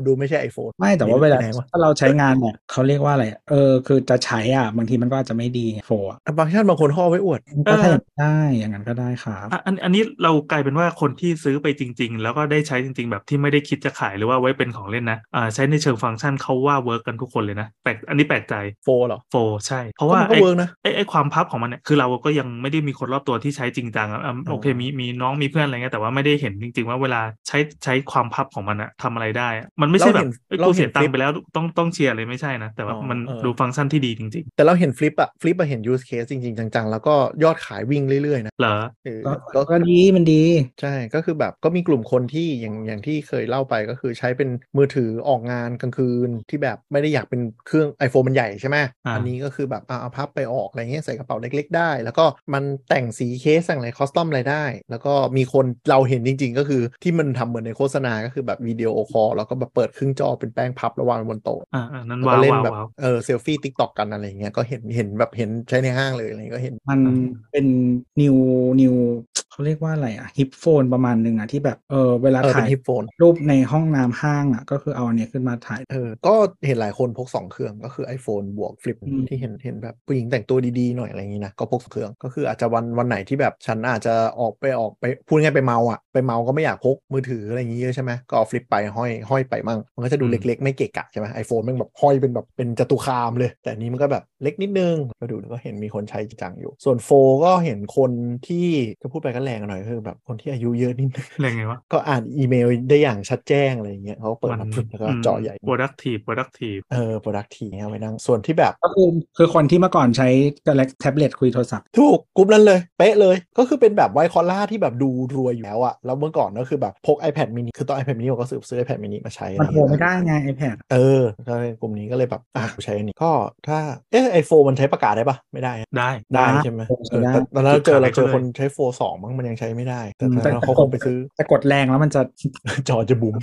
ดูไม่ใช่ iPhone
ไม่แต่ว่าเวลา
ไหนวะ
ถ้าเราใช้งานเนี่ยเขาเรียกว่าอะไรอะเออคือจะใช้อ่ะบางทีมันก็อาจจะไม่ดีโฟอะ
อ่ะบางชาติบางคนเขาเอาไว้อวด
ก็ถ้าอย่างนั้นได้อย่างนั้นก็ได้ครับ
อ่ะอันอันนี้เรากลายเป็นว่าคนที่ซื้อไปจริง ๆ แล้วก็ได้ใช้จริง ๆ แบบที่ไม่ได้คิดจะขายหรือว่าไว้เป็นของเล่นนะอ่าใช้ในเชิงฟังก์ชันเขาว่าเวิร์กกันทุกคนเลยนะแปลกอันนี้แปลกใจ
โฟเหรอ
โฟใช่ เพราะว่า
ก็มันก็
ไอ้
เวิร์กนะ
ไอ้ไอ้ความพับของมันเนี่ยคือเราก็ยังไม่ได้มีคนรอบตัวที่ใช้จริงจังอะอ่ะโอเค
อ๋อ
มีมีน้องมีเพื่อนอะไรเงี้ยแต่ว่าไม่ได้เห็นจริง ๆ ว่าเวลาใช้ใช้ความพับของมันอะทำอะไรได้อะมันไม่ใช่แบบเอ้ยกูเสียตังค์ไปแล้วต้องต้องเชียร์เลยไม่ใช่นะแต่ว่ามันดูฟังก์ชันที่ดีจริง
แต่เราเห็นฟลิปอะฟลิปอะเห็นยูสเคสจริง ๆ จัง ๆ แล้วก็ยอดขายวิ่งเรื่อย ๆ นะ
ๆ เหรอ
เออ
ก็
ก็
ก็ดีมันดี
ใช่ก็คือแบบก็มีกลุ่มคนที่อย่างอย่างที่เคยเล่าไปก็คือใช้เป็นมือถือออกงานกลางคืนที่แบบไม่ได้อยากเป็นเครื่อง iPhone มันใหญ่ใช่ไหม
อ่า
อันนี้ก็คือแบบเอาเอาพับไปออกอะไรเงี้ยใส่กระเป๋าเล็ก ๆ ได้ แล้วก็มันแต่งสีเคสสั่งอะไรคอสตอมอะไรได้ แล้วก็มีคนเราเห็นจริง ๆ ก็คือที่มันทำเหมือนในโฆษณาก็คือแบบวิดีโอคอลแล้วก็แบบเปิดครึ่งจอเป็นแป้งพับแล้ววางไว้บนโต๊ะ
อ่าอันนั้น
แล้วก็
ว้าว
เล่น
ว้าว
แบบ
ว้าว
เออเซลฟี่ติ๊กตอกกันอะไรอย่างเงี้ยก็เห็นเห็นแบบเห็นใช้ในห้างเลยอะไรอย่างเงี้ยก็เห็น
มัน
อืม
เป็น new new เขาเรียกว่าอะไรอะฮิปโฟนประมาณหนึ่งอะที่แบบเออเวลา
เออเป็
ถ่าน ย
ฮิปโฟน
รูปในห้องน้ำห้างอะก็คือเอาอันเนี้ยขึ้นมาถ่าย
เออ ก็เห็นหลายคนพก 2 เครื่องก็คือ iPhone บวก Flip
อืม
ที่เห็นเห็นแบบผู้หญิงแต่งตัวดีๆหน่อยอะไรอย่างนี้นะ ก็พกสองเครื่องก็คืออาจจะวันวันไหนที่แบบฉันอาจจะออกไปออกไปพูดง่ายไปเมาอ่ะ ไปเมาก็ไม่อยากพกมือถืออะไรอย่างนี้เยอะใช่ไหมก็เอา Flip ไปห้อยห้อยไปมั่ง มันก็จะดู
อืม
เล็กๆ ไม่เกะกะใช่ไหมไอโฟนมันแบบห้อยเป็นแบบเป็นจตุคามเลย แต่อันนี้มันก็แบบเล็กนิดนึงก็ดูก็เห็นมีคนใช้จริงจังอยู่ ส่วนโฟก็เห็นคนที่จะพูดไปก็แรงหน่อยคือแบบคนที่อายุเยอะนิดนึง
เรียกไงวะ
ก็อ่านอีเมลได้อย่างชัดแจ้งอะไรอย่างเงี้ยเขาก็เปิดมาปุ๊บแล้วก็เจาะใหญ่
productive productive
เออ productive เนี่ยเอาไว้นั่งส่วนที่แบบ
ก็คือคือคนที่เมื่อก่อนใช้แท็บเล็ตคุยโทรศัพท์
ถูกกลุ่มนั้นเลย เป๊ะเลย ก็คือเป็นแบบไวคอล่าที่แบบดูรวยอยู่แล้วอะแล้วเมื่อก่อนก็คือแบบพก iPad mini คือตอน iPad mini ผมก็ซื้อซื้อ iPad mini มาใช้อะร
มั
อน ย่าง
โท
เงี้
ร
ย
ไม่ได้ไง iPad
เออก็เลยกลุ่มนี้ก็เลยแบบอ่ะกูใช้อันนี้ก็ถ้าเอ๊ะไอโฟนมันใช้ประกาศได้ปะไม่ได้นะ
ได้
ได้ใช่ไหม
ใช้
เออ
ได้
แต่ตอนนั้นเราเจอเราเจอ
จุดขายไปเลย
คนใช้โฟสองมั้งมันยังใช้ไม่ได้แต่
อืม
ตอนนั้นเขาคงไปซื้อ
แต่กดแรงแล้วมันจะ
จอจะบุ๋ม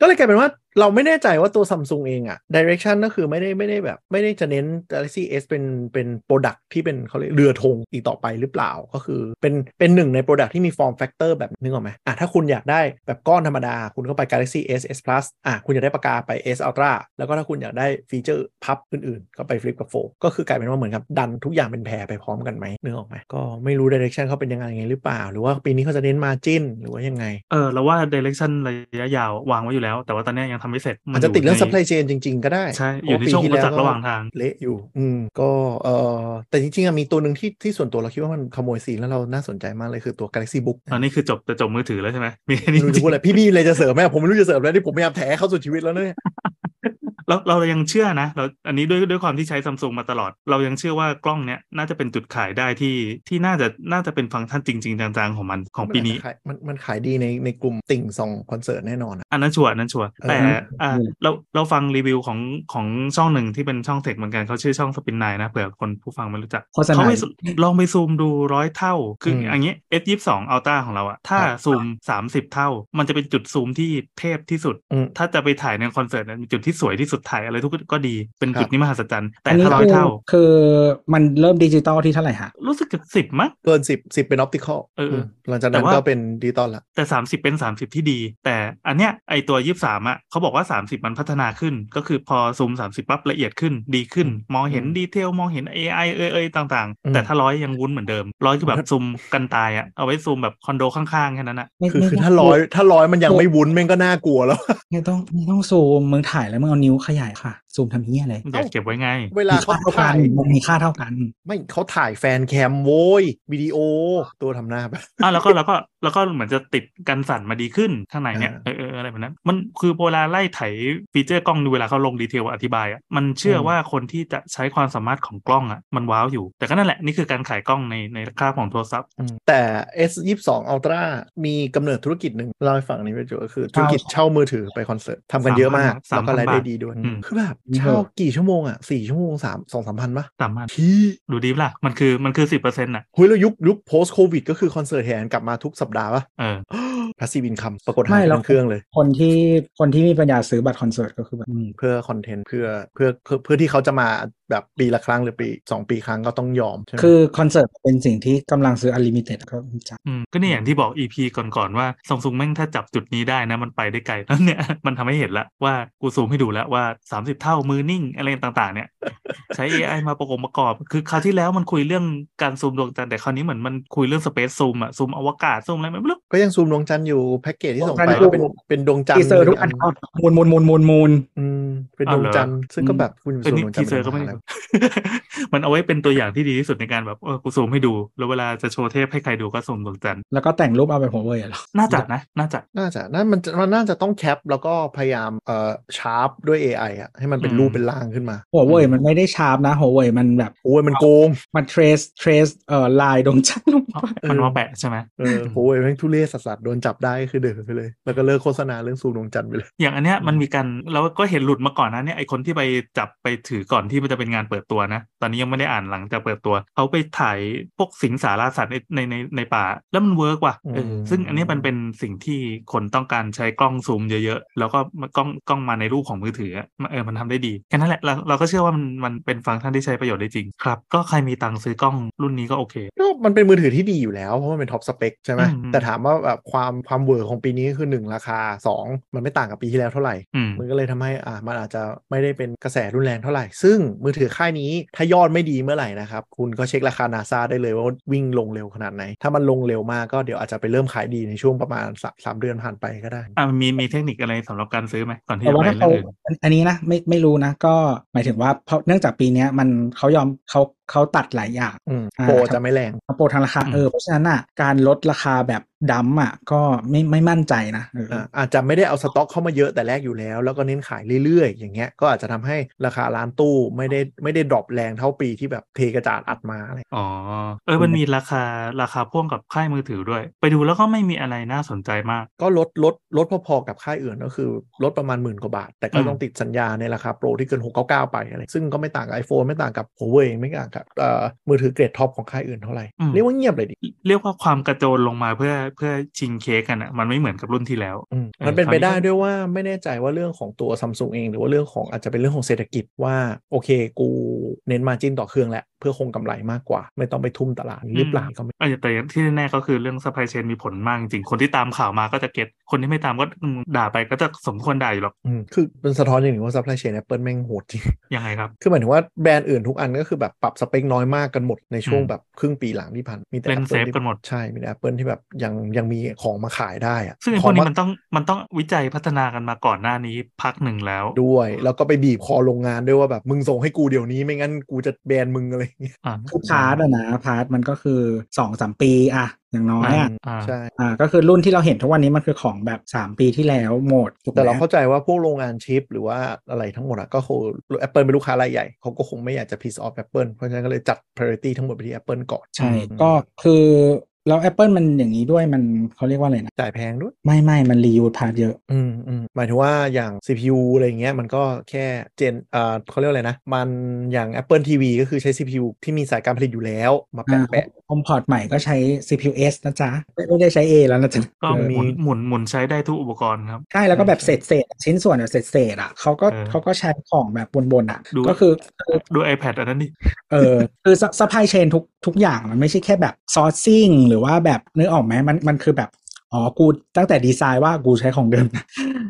ก็เลยกลายเป็นว่าเราไม่แน่ใจว่าตัวซัมซุงเองอะดิเรกชันก็คือไม่ได้ไม่ได้แบบไม่ได้จะเน้น Galaxy S เป็นเป็นโปรดักที่เป็นเขาเรียกเรือธงอีกต่อไปหรือเปล่าก็คือเป็นเป็นหนึ่งในโปรดักที่มีฟอร์มแฟกเตอร์แบบนึกออกไหมอ่ะถ้าคุณอยากได้แบบก้อนธรรมดา คุณก็ไป Galaxy S S Plus อ่ะคุณอยากได้ปากกาไป S Ultra แล้วก็ถ้าคุณอยากได้ฟีเจอร์พับอื่นๆ ก็ไป Flip กับ Fold ก็คือกลายเป็นว่าเหมือนกับดันทุกอย่างเป็นแพรไปพร้อมกันไหมนึกออกไหมก็ไม่รู้ดิเรกชันเขาเป็นยังไงหรือเปล่า หรือว่าปีนี้เขาจะเน้น margin หรือว่ายังไง
เออเราว่า direction ระยะยาววางไว้อยู่แล้ว แต่ว่าตอนเนี้ยยังทำไม่เสร็จ
อาจจะติดเรื่อง
ใน
supply chain จริง ๆ ก็ได้
ใช่อยู่ในช่วงอุปสรรคระหว่างทาง
เละอยู่ อืม ก็เอ่อแต่จริงๆอะมีตัวหนึ่งที่ที่ส่วนตัวเราคิดว่ามันขโมยซีนแล้วเราน่าสนใจมากเลยคือตัว Galaxy Book
ตอนนี้คือจบจะจบมือถือแล้วใช่ไหมมีอัน
ไม่
นี้
รู้จะพูดอะไรพี่มีอะไรจะเสริมไหมผมไม่รู้จะเสริมแล้วนี่ผมพยายามแถเข้าสู่ชีวิตแล้วนะเนี่ย
เราเรายังเชื่อนะเราอันนี้ด้วยด้วยความที่ใช้ซัมซุงมาตลอด เรายังเชื่อว่ากล้องเนี้ยน่าจะเป็นจุดขายได้ที่ที่น่าจะน่าจะเป็นฟังก์ชันจริง ๆจังๆของมันของปีนี้
มัอาจจะขายมันมันขายดีในในกลุ่มติ่งสองคอนเสิร์ตแน่นอนอะ
อันนั้นชัวร์อันนั้นชัวร์
เออ
แต่อ่า
อืม
เราเราฟังรีวิวของของช่องหนึ่งที่เป็นช่องเทคเหมือนกันเขาชื่อช่องสปินไนนะเผื่อคนผู้ฟังไม่รู้จัก
โฆษณา
เขาไปซูลองไปซูมดูร้อยเท่า คืออ
ม
อย่างเงี้ย S ยี่สองอัลต้าของเราอะถ้า
ครับ
ซูมสามสิบเท่า มันจะเป็นจุดซูมที่เทพที่สุด
อืม
ถ้าจะไปถ่ายในคอนเสิร์ตเนี่ยมีจุดที่สวยที่สุดถ่ายอะไรทุกก็ดีเป็น
ครับ
จุดนี้มหัศจรรย์แต่
อันนี้
ถ้าร้อย
คือ
เท่า
คือมันเริ่มดิจิตอลที่เท่าไหร่ฮะ
รู้สึกจะสิบมั้ง
เกินสิบสิบเป็นออปติคอล
เอออื
หลังจากนั้
แต่
น
ว่า
ก็เป็นดิจิตอลละ
แต่ 30 เป็น 30 ที่ดี แต่อันเนี้ยไอตัว 23อ่ะเขาบอกว่า 30 มันพัฒนาขึ้น ก็คือพอซูม 30 ปั๊บละเอียดขึ้นดีขึ้น มองเห็น
อืม
ดีเทล มองเห็น AI เอ่ยๆต่าง
อื
ๆ
ม
แต่ถ้าร้อยยังวุ้นเหมือนเดิมร้อยคือ แบบซูมกันตายอ่ะเอาไว้ซูมแบบคอนโดข้างๆ แค่นั้นอ่ะ
ไม่
คือ
ไม่
คือ
ต้ง
ถ้าร้อยถ้าร้อยมันยังไม่วุ้นแม่งก็น่ากลัวแล้ว
ไม่ต้องไม่ต้องซูมมึงถ่ายแล้วมึงเอานิ้วขยายค่ะ ซูมทำเหี้ยอะไร
มันอยากเก็บไว้ไง
เวลาเขา
ค่าเท่ากั
ถ่าน ย
มันมีค่าเท่ากัน
ไม่เขาถ่ายแฟนแคมโว้ยวิดีโอ ตัวทำหน้าแบบ
อ่ะแล้วก็แล้วก็แล้วก็เหมือนจะติดกันสั่นมาดีขึ้นข้างในเนี่ยเออเอออะไรแบบนั้น มันคือเวลาไล่ไถฟีเจอร์กล้องดูเวลาเขาลงดีเทลอธิบายอ่ะมันเชื่อ
อืม
ว่าคนที่จะใช้ความสามารถของกล้องอ่ะมันว้าวอยู่ แต่ก็นั่นแหละนี่คือการขายกล้องในในค่าบของโทรศัพท์
อืมแต่ S 2 2 Ultra มีกำเนิดธุรกิจหนึ่งเล่าให้ฟังอันนี้ไปจุก็คือธุรกิจเช่ามือถือไปคอนเสิร์ตทำกันเยอะมาก
สา
แล้ว
มพั
ก็
น
รายได้ดีด้วย
อืม
คือแบบ
เยอะ
เช่ากี่ชั่วโมงอ่ะสี่ชั่วโมงสามสองสามพันปะ
สามารถ
ที่
ดูดีปะล่ะมันคือมันคือสิบเปอร์เซ็นต์อ่ะ
หุยแล้วยุคยุค post covid ก็คือคอนเสิร์ตแหนกลับมาทุกสัปดาห์ปะ
เออ
พาสซีบินคัมปรากฏหา
ไม่
ยไป
แล้ว
ทั้งเครื่องเลย
คนที่คนที่มีปัญญาซื้อบัตรคอนเสิร์ตก็คือแบบอืม
เพื่อคอนเทนต์เพื่อเพื่อเพื่อเพื่อที่เขาจะมาแบบปีละครั้งหรือปีสองปีครั้งก็ต้องยอมใช่ไหม
คือคอนเสิร์ตเป็นสิ่งที่กำลังซื้ออลิมิเต็ดก็จะ
อืมก็เนี่ยอย่างที่บอก EP ก่อนๆว่าซัมซุงแม่งถ้าจับจุดนี้ได้นะ มันไปได้ไกลแล้วเนี่ย มันทำให้เห็นละว่ากูซูมให้ดูแล้วว่า 30 เท่ามือนิ่งอะไรต่างๆเนี่ย ใช้ AI มาประกอบประกอบ คือคราวที่แล้วมันคุยเรื่องการซูมดวงจันทร์แต่คราวนี้เหมือนมันคุยเรื่องสเปซซูมอะซูมอวกาศซูมอะไรไม่รู้
ก็ยังซูมดวงจันทร์อยู่แพ็กเกจที่ส่งไปก็เป็นเป็นดวงจันท
ที
ร์
เซอร์ทุกอันก็มูลมูลมูลมูลมูล
อืมเป็น
อ้า
ด
ว
ว
เห
ง
รอ
จันทร์ซึ่งก็แบบคุณ
เออ
ซูมดว
นี่
งจันท
ที
ร์
เซอร์ก็ไม่
ป็น
ได้
อะไร
มันเอาไว้เป็นตัวอย่างที่ดีที่สุดในการแบบเออกูซูมให้ดู แล้วเวลาจะโชว์เทพให้ใครดูก็ซูมดวงจันทร์
แล้วก็แต่งรูปเอาไปหัวเว่ยเหรอ
น่าจะนะน่าจะ
น่าจะน่ามันจะมันน่าจะต้องแคป แล้วก็พยายามเอ่อชาร์ปด้วย AI อ่ะให้มันเป็น
อืม
รูปเป็นร่างขึ้นมา
หัวเว่ยมันไม่ได้ชาร์ปนะหัวเว่ยมันแบบ
โอ้ยมันโกง
มาเทรสเทรสเอ่อลายดวงจันทร์ลงไป
มันมาแปะใช่ไหม
เออโอ้ยแม่งทุเรศสัสๆโดนจับได้ก็คือเดือดไปเลย แล้วก็เลิกโฆษณาเรื่องซูมดวงจันทร์ไปเลย
อย่างอันเนี้ยมันมีการเราก็เห็นหลุดมาก่อนนะเนี่ยไอคนที่ไปจับไปถือก่อนที่มันจะเป็นงานเปิด ดตัวนะ ตอนนี้ยังไม่ได้อ่านหลังจากเปิดตัวเขาไปถ่ายพวกสิงสารสัตว์ในในในในป่า แล้วมันเวิร์กว่ะเออ
อืม
ซึ่งอันนี้มันเป็นสิ่งที่คนต้องการใช้กล้องซูมเยอะๆ แล้วก็กล้องกล้องมาในรูปของมือถืออะมันเออมันทำได้ดีแค่นั้นแหละเราเราก็เชื่อว่ามันมันเป็นฟังก์ชันที่ใช้ประโยชน์ได้จริงครับ ก็ใครมีตังค์ซื้อกล้องรุ่นนี้ก็โอเค
ก็มันเป็นมือถือที่ดีอยู่แล้ว เพราะมันเป็นท็อปสเปคใช่ไหม
อืม
แต่ถามว่าแบบความความเวอร์ของปีนี้คือ 1 ราคา 2 มันไม่ต่างกับปีที่แล้วเท่าไหร่
อืม
มันก็เลยทำให้อ่ามันอาจจะไม่ได้เป็นกระแสรุนแรงเท่าไหร่ ซึ่งมือถือค่ายนี้ถ้ายอดไม่ดีเมื่อไหร่นะครับ คุณก็เช็คราคานาซาได้เลยว่าวิ่งลงเร็วขนาดไหน ถ้ามันลงเร็วมากก็เดี๋ยวอาจจะไปเริ่มขายดีในช่วงประมาณสามสามเดือนผ่านไปก็ได้
อ่ะมีมีเทคนิคอะไรสำหรับการซื้อไหมก่อนที่
แต่
จะ
ว่า
ไป
ถ้า
เรื่
เขา
องอื่น
อันนี้นะไม่ไม่รู้นะ ก็หมายถึงว่าเพราะเนื่องจากปีเนี้ยมันเขายอมเขาเขาตัดหลายอย่าง
อืม
อ่า
โปรจะไม่แรง
โปรทางราคาเออเพราะฉะนั้นอ่ะการลดราคาแบบดัมอ่ะก็ไม่ไม่มั่นใจนะเอออ
อ่าอาจจะไม่ได้เอาสต็อกเข้ามาเยอะแต่แรกอยู่แล้ว แล้วก็เน้นขายเรื่อยๆ อย่างเงี้ยก็อาจจะทำให้ราคาร้านตู้ไม่ได้ไม่ได้ดรอปแรงเท่าปีที่แบบเทกระจาดอัดมาอะไร
อ๋อเออมันมีราคาราคาพ่วงกับค่ายมือถือด้วย ไปดูแล้วก็ไม่มีอะไรน่าสนใจมาก
ก็ลดลดลดพอๆกับค่ายอื่นก็คือลดประมาณหมื่นกว่าบาท แต่ก็
อืม
ต้องติดสัญญาในราคาโปรที่เกิน 699 ไปอะไรซึ่งก็ไม่ต่างกับ iPhone ไม่ต่างกับ Huawei ไม่ต่างกับเอ่อมือถือเกรดท็อปของค่ายอื่นเท่าไหร่เรียกว่าเงียบเลยดิ
เรียกว่าความกระโจนลงมาเพื่อเพื่อชิงเค้กกันอ่ะมันไม่เหมือนกับรุ่นที่แล้ว
อืม
เออ
มันเป็นไปได้
คราวนี้ก็
ด้วยว่าไม่แน่ใจว่าเรื่องของตัวซัมซุงเอง หรือว่าเรื่องของอาจจะเป็นเรื่องของเศรษฐกิจว่า โอเคกูเน้นมาจิ้นต่อเครื่องแหละ เพื่อคงกำไรมากกว่า ไม่ต้องไปทุ่มตลาดหรือเปล่าก็ไม่
เออแต่ที่แน่ๆก็คือเรื่อง supply chain มีผลมากจริงๆคนที่ตามข่าวมาก็จะเก็ตคนที่ไม่ตามก็อืมด่าไปก็จะสมควรด่าอยู่หรอก
อืมคือมันสะท้อนอย่างหนึ่งว่า supply chain Apple แม่งโหดจริง
ยังไงครับ
คือหมายถึงว่าแบรนด์อื่นทุกอันก็คือแบบปรับสเปคน้อยมากกันหมดในช่วง
อืม
แบบครึ่งปีหลังที่ผ่านมีแต่
เล่น
Apple
เซฟ
ที่
กันหมด
ใช่มีแต่ Apple ที่แบบยังยังมีของมาขายได้อะ
ซึ่งไอ้พ
ขอ
ว
ง
กนี้
มา
มันต้องมันต้องวิจัยพัฒนากันมาก่อนหน้านี้พักหนึ่งแล้ว
ด้วย แล้วก็ไปบีบคอโรงงานด้วยว่าแบบมึงส่งให้กูเดี๋ยวนี้ไม่งั้นกูจะแบนมึงอะไรอย่างเงี้ย
อ่ะ
คือพาร์ทอะนะพาร์ทมันก็คือสองสามปีอะอย่างน้อยอะ
อ่า
ใช่
อ่าก็คือรุ่นที่เราเห็นทุกวันนี้มันคือของแบบ 3 ปีที่แล้วโหมดถูกไหม
แต่เราเข้าใจว่าพวกโรงงานชิปหรือว่าอะไรทั้งหมดอะก็คือ Apple เป็นลูกค้ารายใหญ่เขาก็คงไม่อยากจะ piece off Apple เพราะฉะนั้นก็เลยจัด priority ทั้งหมดไปที่ Apple ก่อน
ใช่ ก็คือแล้ว Apple มันอย่างนี้ด้วยมันเขาเรียกว่าอะไรนะ
จ่ายแพงด้วย
ไม่ไม่มันรีวิวพาร์ทเยอะ
อืมอืมหมายถึงว่าอย่าง CPU อะไรอย่างเงี้ยมันก็แค่เจนเอ่อเขาเรียกอะไรนะ มันอย่าง Apple TV ก็คือใช้ CPU ที่มีสายการผลิตอยู่แล้ว มา
อ่า
แปะแปะ
คอมพอร์ตใหม่ก็ใช้ CPU S นะจ๊ะ ไม่ไม่ได้ใช้ A แล้วนะจ๊ะ
ก็
เออ
หมุน
มี
หมุนหมุนใช้ได้ทุกอุปกรณ์ครับ
ใช่แล้วก็แบบเศษเศษๆชิ้นส่วนแบบเศษเศษๆอ่ะเขาก็
เออ
เขาก็ใช้ของแบบบนๆอ่ะ
ดู
ก็คือคือ
ดู iPad อันนั้นดิ
เออคือซัพพลายเชนทุกทุกอย่างมันไม่ใช่แค่แบบซอร์ซิ่งหรือว่าแบบนึกออกไหมมันมันคือแบบอ๋อกูตั้งแต่ดีไซน์ว่ากูใช้ของเดิมนะ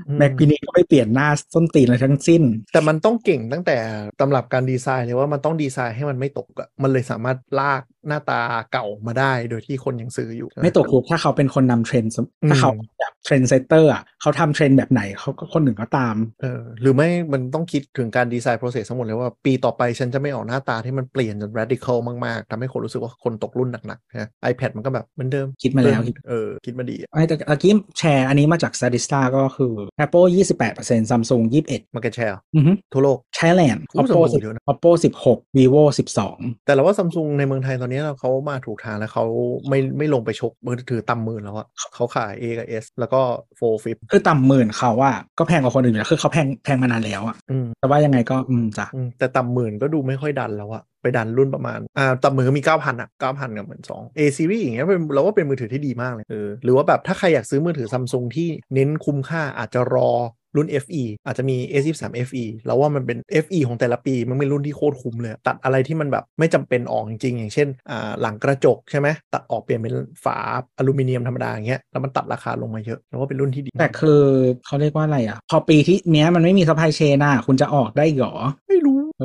อืม
แม็กปีนี้ก็ไม่เปลี่ยนหน้าส้นตีนอะไรทั้งสิ้น
แต่มันต้องเก่งตั้งแต่ตำรับการดีไซน์เลยว่ามันต้องดีไซน์ให้มันไม่ตกอะมันเลยสามารถลากหน้าตาเก่ามาได้โดยที่คนยังซื้ออยู่
ไม่ตกคุกถ้าเขาเป็นคนนำเทรนด์
อืม
ถ้าเขาแบบเทรนเซตเตอร์อ่ะเขาทำเทรนด์แบบไหนเขาก็คนหนึ่งก็ตาม
เออหรือไม่มันต้องคิดถึงการดีไซน์ process ทั้งหมดเลยว่าปีต่อไปฉันจะไม่ออกหน้าตาที่มันเปลี่ยนจน radical มากๆทำให้คนรู้สึกว่าคนตกรุ่นหนักๆนะ iPad มันก็แบบเหมือนเดิม
คิดมาแล้วคิด
เออคิดมาดีอะ
ไอ้แต่ตะกี้แชร์อันนี้มาจาก s าดิสตาก็คือ Apple 28% Samsung 21
market share
อือฮึ
ทั่วโลก
ไทยแลนด์
โอ้โห
Oppo
เดี๋ยวนะ
10 Oppo 16 vivo 12
แต่เราว่าซัมซุงในเมืองไทยตอนนี้เขามาถูกทางแล้วเขาไม่ไม่ลงไปชกมือถือต่ำหมื่นแล้วอะเขาขาย A กับ S แล้วก็โฟฟิป
คือต่ำหมื่นเขาอ่ะก็แพงกว่าคนอื่นอยู่แล้วคือเขาแพงแพงมานานแล้วอ่ะ
อืม
แต่ว่ายังไงก็อืมจ้ะ
อืมแต่ต่ำหมื่นก็ดูไม่ค่อยดันแล้วอะไปดันรุ่นประมาณอ่าต่ำหมื่นก็มี 9,000อะ9,000กับหมื่นสอง A series อย่างเงี้ยเป็นเราว่าเป็นมือถือที่ดีมากเลยเออหรือว่าแบบถ้าใครอยากซื้อมือถือซัมซุงที่เน้นคุ้มค่าอาจจะรอรุ่น FE อาจจะมี S23 FE เราว่ามันเป็น FE ของแต่ละปีมันเป็นรุ่นที่โคตรคุ้มเลย ตัดอะไรที่มันแบบไม่จำเป็นออกจริงๆ อย่างเช่นอ่าหลังกระจกใช่ไหมตัดออกเปลี่ยนเป็นฝาอลูมิเนียมธรรมดาอย่างเงี้ยแล้วมันตัดราคาลงมาเยอะแล้วว่าเป็นรุ่นที่ดี
แต่คือเขาเรียกว่าอะไรอ่ะ พอปีที่เนี้ยมันไม่มีส p ายเชนอ่ะ คุณจะออกได้อีกเหรอ
ไม่รู้
เอ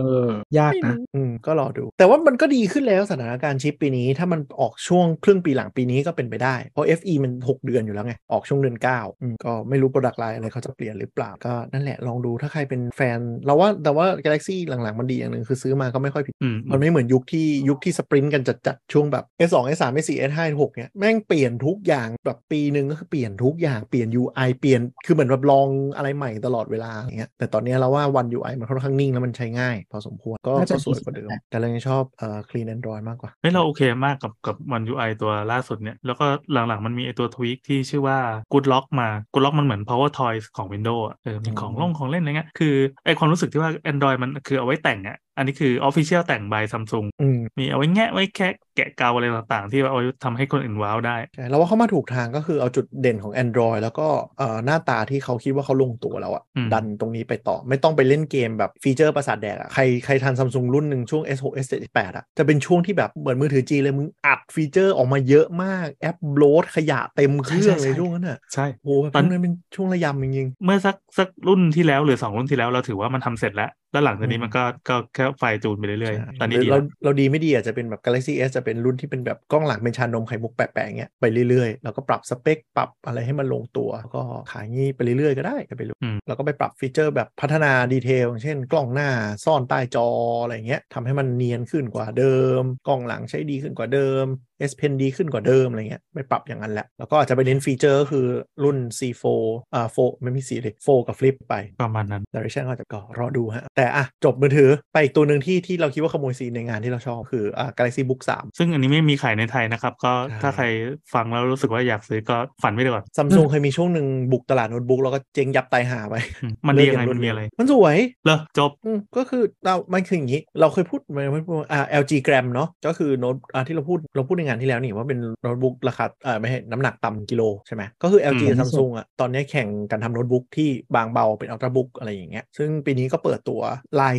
อ ยากนะ
อืมก็รอดู แต่ว่ามันก็ดีขึ้นแล้วสถานการณ์ชิปปีนี้ ถ้ามันออกช่วงครึ่งปีหลังปีนี้ก็เป็นไปได้ เพราะ FE มัน 6 เดือนอยู่แล้วไง ออกช่วงเดือน9อืมก็ไม่รู้โปรดักต์ไลน์อะไรเขาจะเปลี่ยนหรือเปล่าก็นั่นแหละลองดูถ้าใครเป็นแฟน เราว่าแต่ว่า Galaxy หลังๆ มันดีอย่างหนึ่งคือซื้อมาก็ไม่ค่อยผิด
อืม
มันไม่เหมือนยุคที่ยุคที่สปรินต์กันจัดๆช่วงแบบ S2 S3 S4 S5 S6 เนี่ยแม่งเปลี่ยนทุกอย่างแบบปีหนึ่งก็คือเปลี่ยนทุกอย่างเปลี่ยน UI เปลี่ยนคือเหมือนแบบลองอะไรใหม่ตลอดเวลาอย่างเงี้ยแต่ตอนเนี้ยเราว่าวัน UI มันค่อนข้างนิ่งแล้วมันใช้ง่าย พอสมควรก็
น่าจะ
ก็สวยกว่าเดิม แต่เรายังชอบเอ่อ clean Android มากกว่า
เฮ้ยเราโอเคมากกับกับมัน UI ตัวล่าสุดเนี่ย แล้วก็หลังๆมันมีไอตัวทวิกที่ชื่อว่า Good Lock มา Good Lock มันเหมือน Power Toys ของ Windows อะเออมีของ
อืม
ล่องของเล่นอะไรเงี้ยคือไอความรู้สึกที่ว่า Android มันคือเอาไว้แต่งอะ อันนี้คือ Official แต่ง by Samsung
อืม
มีเอาไว้แงะไว้แคะแกะเกาอะไรต่างๆ ที่เอาไว้ทำให้คนอื่นว้าวได้
ใช่เราว่าเขามาถูกทางก็คือเอาจุดเด่นของ Android แล้วก็เอ่อหน้าตาที่เขาคิดว่าเขาลงตัวแล้วอะ
อืม
ดันตรงนี้ไปต่อไม่ต้องไปเล่นเกมแบบฟีเจอร์ประสาทแดกอะใครใครทันซัมซุงรุ่นหนึ่งช่วง S6 S78 อะจะเป็นช่วงที่แบบเหมือนมือถือจีนเลยมึงอัดฟีเจอร์ออกมาเยอะมากแอปโบลดขยะเต็มเครื่องเลยช่วงนั้นอะ
ใช่
โหแบบช่วงนั้นเป็นช่วงระยำจริงๆ
เมื่อสักสักรุ่นที่แล้วหรือสองรุ่นที่แล้วเราถือว่ามันทำเสร็จแล้ว แล้วหลังจากนี้มันก็ก็แค่ไฟจูนไปเรื่อย
ใช่
ๆ ตอนนี้ดี
เรา
แล้ว
เราดีไม่ดีอาจจะเป็นแบบ Galaxy S จะเป็นรุ่นที่เป็นแบบกล้องหลังเป็นชานมไข่มุกแปะๆเงี้ยไปเรื่อยๆ แล้วก็ปรับสเปค ปรับอะไรให้มันลงตัวแล้วก็ขายงี้ไปเรื่อยๆ ก็ได้ก็ไปรู้
อืม
แล้วก็ไปปรับฟีเจอร์แบบพัฒนาดีเทลอย่างเช่น กล้องหน้าซ่อนใต้จออะไรเงี้ยทำให้มันเนียนขึ้นกว่าเดิม กล้องหลังใช้ดีขึ้นกว่าเดิม S Pen ดีขึ้นกว่าเดิมอะไรเงี้ยไปปรับอย่างนั้นแหละแล้วก็อาจจะไปเน้นฟีเจอร์ก็คือรุ่น C4 อ่า4ไม่มีสีเลย4กับ Flip ไป
ประมาณนั้น
direction ก็จะก็รอดูฮะ แต่อ่ะ จบมือถือไปอีกตัวหนึ่งที่ที่เราคิดว่าขโมยซีนในงานที่เราชอบ คืออ่า Galaxy Book 3
ซึ่งอันนี้ไม่มีขายในไทยนะครับ ก็
ใช่
ถ้าใครฟังแล้วรู้สึกว่าอยากซื้อก็ฝันไว้ดีกว่อน
ซัมซุงเคยมีช่วงหนึ่งบุกตลาดโน้ตบุ๊กแล้วก็เจ๊งยับตายหาไป
มันดียังไง
เลิก
มันมีอะไร
มันสวย
เลอจบ
อืมก็คือเรา มันคืออย่างนี้ เราเคยพูดมันไม่พูดอ่า LG Gram เนาะก็คือโน้ตอ่าที่เราพูดเราพูดในงานที่แล้วนี่ว่าเป็นโน้ตบุ๊กราคาอ่าไม่ใช่น้ำหนักต่ำกิโลใช่ไหมก็คือ LG
อืม
กับ Samsung อ่ะตอนนี้แข่งกันทำโน้ตบุ๊กที่บางเบาเป็น Ultra Book อะไรอย่างเงี้ยซึ่งปีนี้ก็เปิดตัวลาย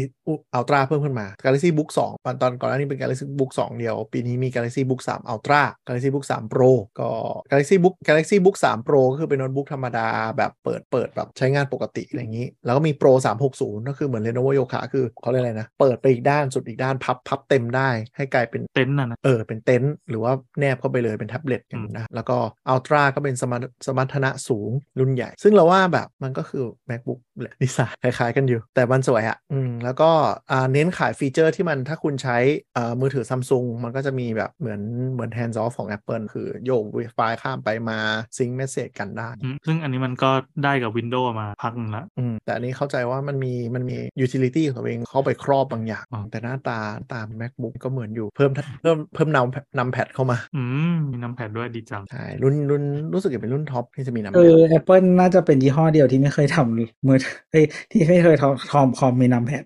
Ultra เพิ่มขึ้นมา Galaxy Book 2ตอนตอนก่อนหน้านี้เป็น Galaxy Book 2 เดียว ปีนี้มี Galaxy Book 3 Ultra Galaxy Book 3 Pro ก็ Galaxy Book Galaxy Book 3 Pro ก็คือเป็นโน้ตบุ๊กธรรมดาแบบเปิดเปิดแบบใช้งานปกติอะไรอย่างนี้ แล้วก็มี Pro 360 ก็คือเหมือน Lenovo Yoga คือเขาเรียกอะไรนะ เปิดไปอีกด้านสุดอีกด้านพับพับเต็มได้ให้กลายเป็น
เต็นท์น่ะนะ
เออเป็นเต็นท์หรือว่าแนบเข้าไปเลยเป็นแท็บเล็ตอย่างนั้นนะ แล้วก็ Ultra ก็เป็นสมรรถสมรรถนะสูงรุ่นใหญ่ ซึ่งเราว่าแบบมันก็คือ MacBook แหละดีไซน์คล้ายๆกันอยู่ แต่มันสวยอะอืมแล้วก็อ่าเน้นขายฟีเจอร์ที่มันถ้าคุณใช้เอ่อมือถือซัมซุงมันก็จะมีแบบเหมือนเหมือน hands off ของ Apple คือโยก Wi-Fi ข้ามไปมาซิงค์เมสเซจกันได้
อืมซึ่งอันนี้มันก็ได้กับ Windows มาพักหนึงละ
อืมแต่อันนี้เข้าใจว่ามันมีมันมี utility ของตัวเองเข้าไปครอบบางอย่าง
อ๋อ
แต่หน้าตาตาม macbook ก็เหมือนอยู่เพิ่มเพิ่มเพิ่มนำนำแพดเข้ามา
อืมมีน้ำแผ่นด้วยดีจัง
ใช่รุ่นรุ่นรู้สึกจะเป็นรุ่นท็อปที่จะมีน้ำ
คือ Apple น่าจะเป็นยี่ห้อเดียวที่ไม่เคยทำมือ เอ้ยที่ไม่เคยทำทอมคอมมีนัมแพด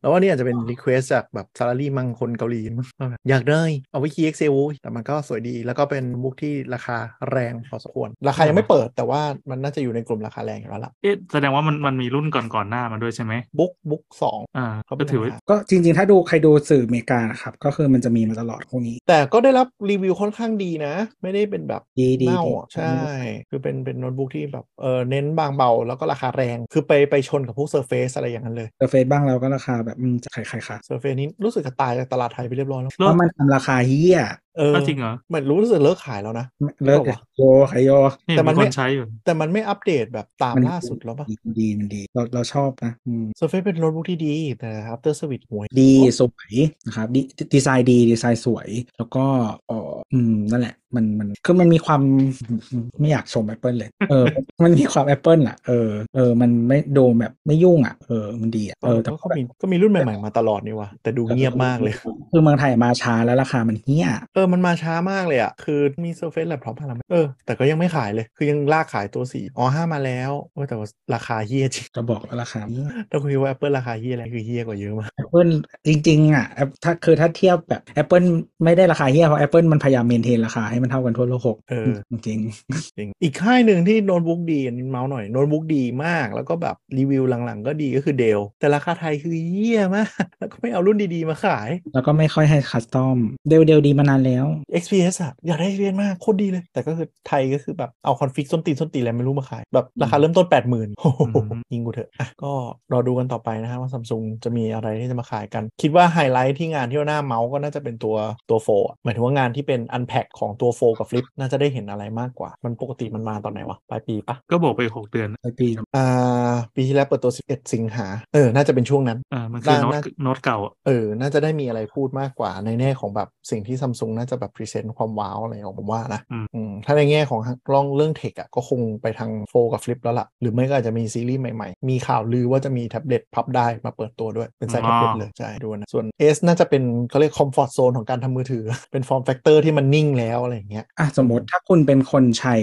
แล้วว่านี่อาจจะเป็นรีเควสจากแบบซาลารีมังคนเกาหลี มั้งว่าแบบอยากได้เอาไว้คีย์เอ็กเซแต่มันก็สวยดี แล้วก็เป็นมุกที่ราคาแรงพอสมควร ราคายังไม่เปิดแต่ว่ามันน่าจะอยู่ในกลุ่มราคาแรงอยู่แล้วล่ะ
เอ๊ะแสดงว่ามันมันมีรุ่นก่อนๆหน้ามาด้วยใช่ไหม
บุ๊กบุ๊กสอง
อ่า
เขาไม่
ก็ถือว่า
ได้ขาย
ก็จริงๆ ถ้าดูใครดูสื่ออเมริกานะครับ ก็คือมันจะมีมาตลอดพวกนี้
แต่ก็ได้รับรีวิวค่อนข้างดีนะ ไม่ได้เป็นแบบ
ดีดี
เน่า
ดี
อะใช่ คือเป็นเป็นโน้ตบุ๊กที่แบบเออเน้นบางเบาแล้วก็ราคาแรงคือไปไปชนกับพวกเซอร์เฟอะไรอย่างนั้นเลย
เซอร์เฟซบ้างเราก็ราคาแบบอืมจะขายขายขาย
เซอร์เฟนี้รู้สึกจะตายจากตลาดไทยไปเรียบร้อยแล้ว
เพราะมันทำราคาเฮี้ย
เออ
ก็จริงเหรอ
เหมือนรู้สึกเลิกขายแล้วนะ
เลิก
เปล่าวะ
โยขายโย
นี่
แต่มั
มี
น
ค
ไม่
นใช้อยู่
แต่มันไม่อัปเดตแบบตามล่าสุดแล้วปะ
ดีมันดีมันดีเราเราชอบนะอืม
เซอร์เฟเป็นโน้ตบุ๊กที่ดี แต่ after service ห่วย
ดีสวยนะครับดีดีไซน์ดีดีไซน์สวย แล้วก็เอออืมนั่นแหละมันมันคือมันมีความไม่อยากชม Apple เลยเอ อ มันมีความ Apple อ่ะเออเออมันไม่โดมแบบไม่ยุ่งอ่ะเออมันดีอ่ะเออแต่
ก็
ก็
ก็
แบบ
มีก็มีรุ่นใหม่ ๆ มาตลอดนี่ว่ะแต่ดูเงียบมากเลย
คือเมืองไทยมาช้าแล้วราคามันเฮี้ย
เออ มันมาช้ามากเลยอ่ะ คือมี Surface แล p พร้อมมาแล้วเออ แต่ก็ยังไม่ขายเลย คือยังลากขายตัวสีอ๋อห้ามาแล้วโอ้ยแต่ว่าราคาเฮี้ยจริง
จะบอกว่าราคาเฮี้ย
ถ้าคุณคิดว่า Apple ราคาเฮี้ยอะไรคือเฮี้ยกว่าเยอะมาก
แอปเปิลจริง ๆ อ่ะ App- ถ้าคือถ้าเทียบแบบ Apple ไม่ได้ราคาเฮี้ยเพราะ Apple มันพยายามเมนเทนราคาให้มันเท่ากันทั่วโลก
เออ
จริง
จริง อีกค่ายหนึ่งที่โน้ตบุ๊กดีอันนี้เมาส์หน่อยโน้ตบุ๊กดีมากแล้วก็แบบรีวิวหลังๆ ก็ดีก็คือเดลแต่ราคาไทยคือเฮี้ยมาก แล้วก็ไม่เอารุ่นดีๆมาขาย
ๆแล้วก็ไม่ค่อยให้คัสตอม เดลเดลดีมานานแล้ว
XPS อะอยากได้ XPS มากโคตรดีเลย แต่ก็คือไทยก็คือแบบเอาคอนฟิกส้นตีนส้นตีนอะไรไม่รู้มาขาย แบบราคาเริ่มต้น 8 0 0 0 0ื่น
ม
ยิงกูเถอะอ่ะก็รอดูกันต่อไปนะฮะว่าซัมซุงจะมีอะไรที่จะมาขายกัน คิดว่าไฮไลท์ที่งานที่หน้าเมาส์ก็น่าจะเป็นตัวตัวโฟอะหมายถึงว่างานที่เป็นอันแพ็คของตัวโฟกับฟลิปน่าจะได้เห็นอะไรมากกว่า มันปกติมันมาตอนไหนวะปลายปีปะ
ก็บอกไปหกเดือน
หลายปีแล้ว
อ่าปีที่แล้วเปิดตัว 11 สิงหาเออน่าจะเป็นช่วงนั้น
อ่ามันคือ
น่า
โน้ต
น่า
โน้ตเก่าอะ
เออ น่าจะได้มีอะไรพูดมากกว่าในแน่ของแบบสิ่งที่ซัมซุง น่าจะแบบพรีเซนต์ความว้าวอะไรของผมว่านะ
อืม
อืมถ้าในแง่ของกล้องเรื่องเทคอะก็คงไปทางโฟกับฟลิปแล้วล่ะ หรือไม่ก็อาจจะมีซีรีส์ใหม่ๆ มีข่าวลือว่าจะมีแท็บเล็ตพับได้มาเปิดตัวด้วย เป็นไซส์แท็บเล็ตเลย ใช่ดูนะ ส่วน S น่าจะเป็นเขาเรียกคอมฟอร์ z โซนของการทำมือถือ เป็นฟอร์มแฟกเตอร์ที่มันนิ่งแล้วอะไรอย่างเงี้ย
อ่ะสมมติถ้าคุณเป็นคนใช้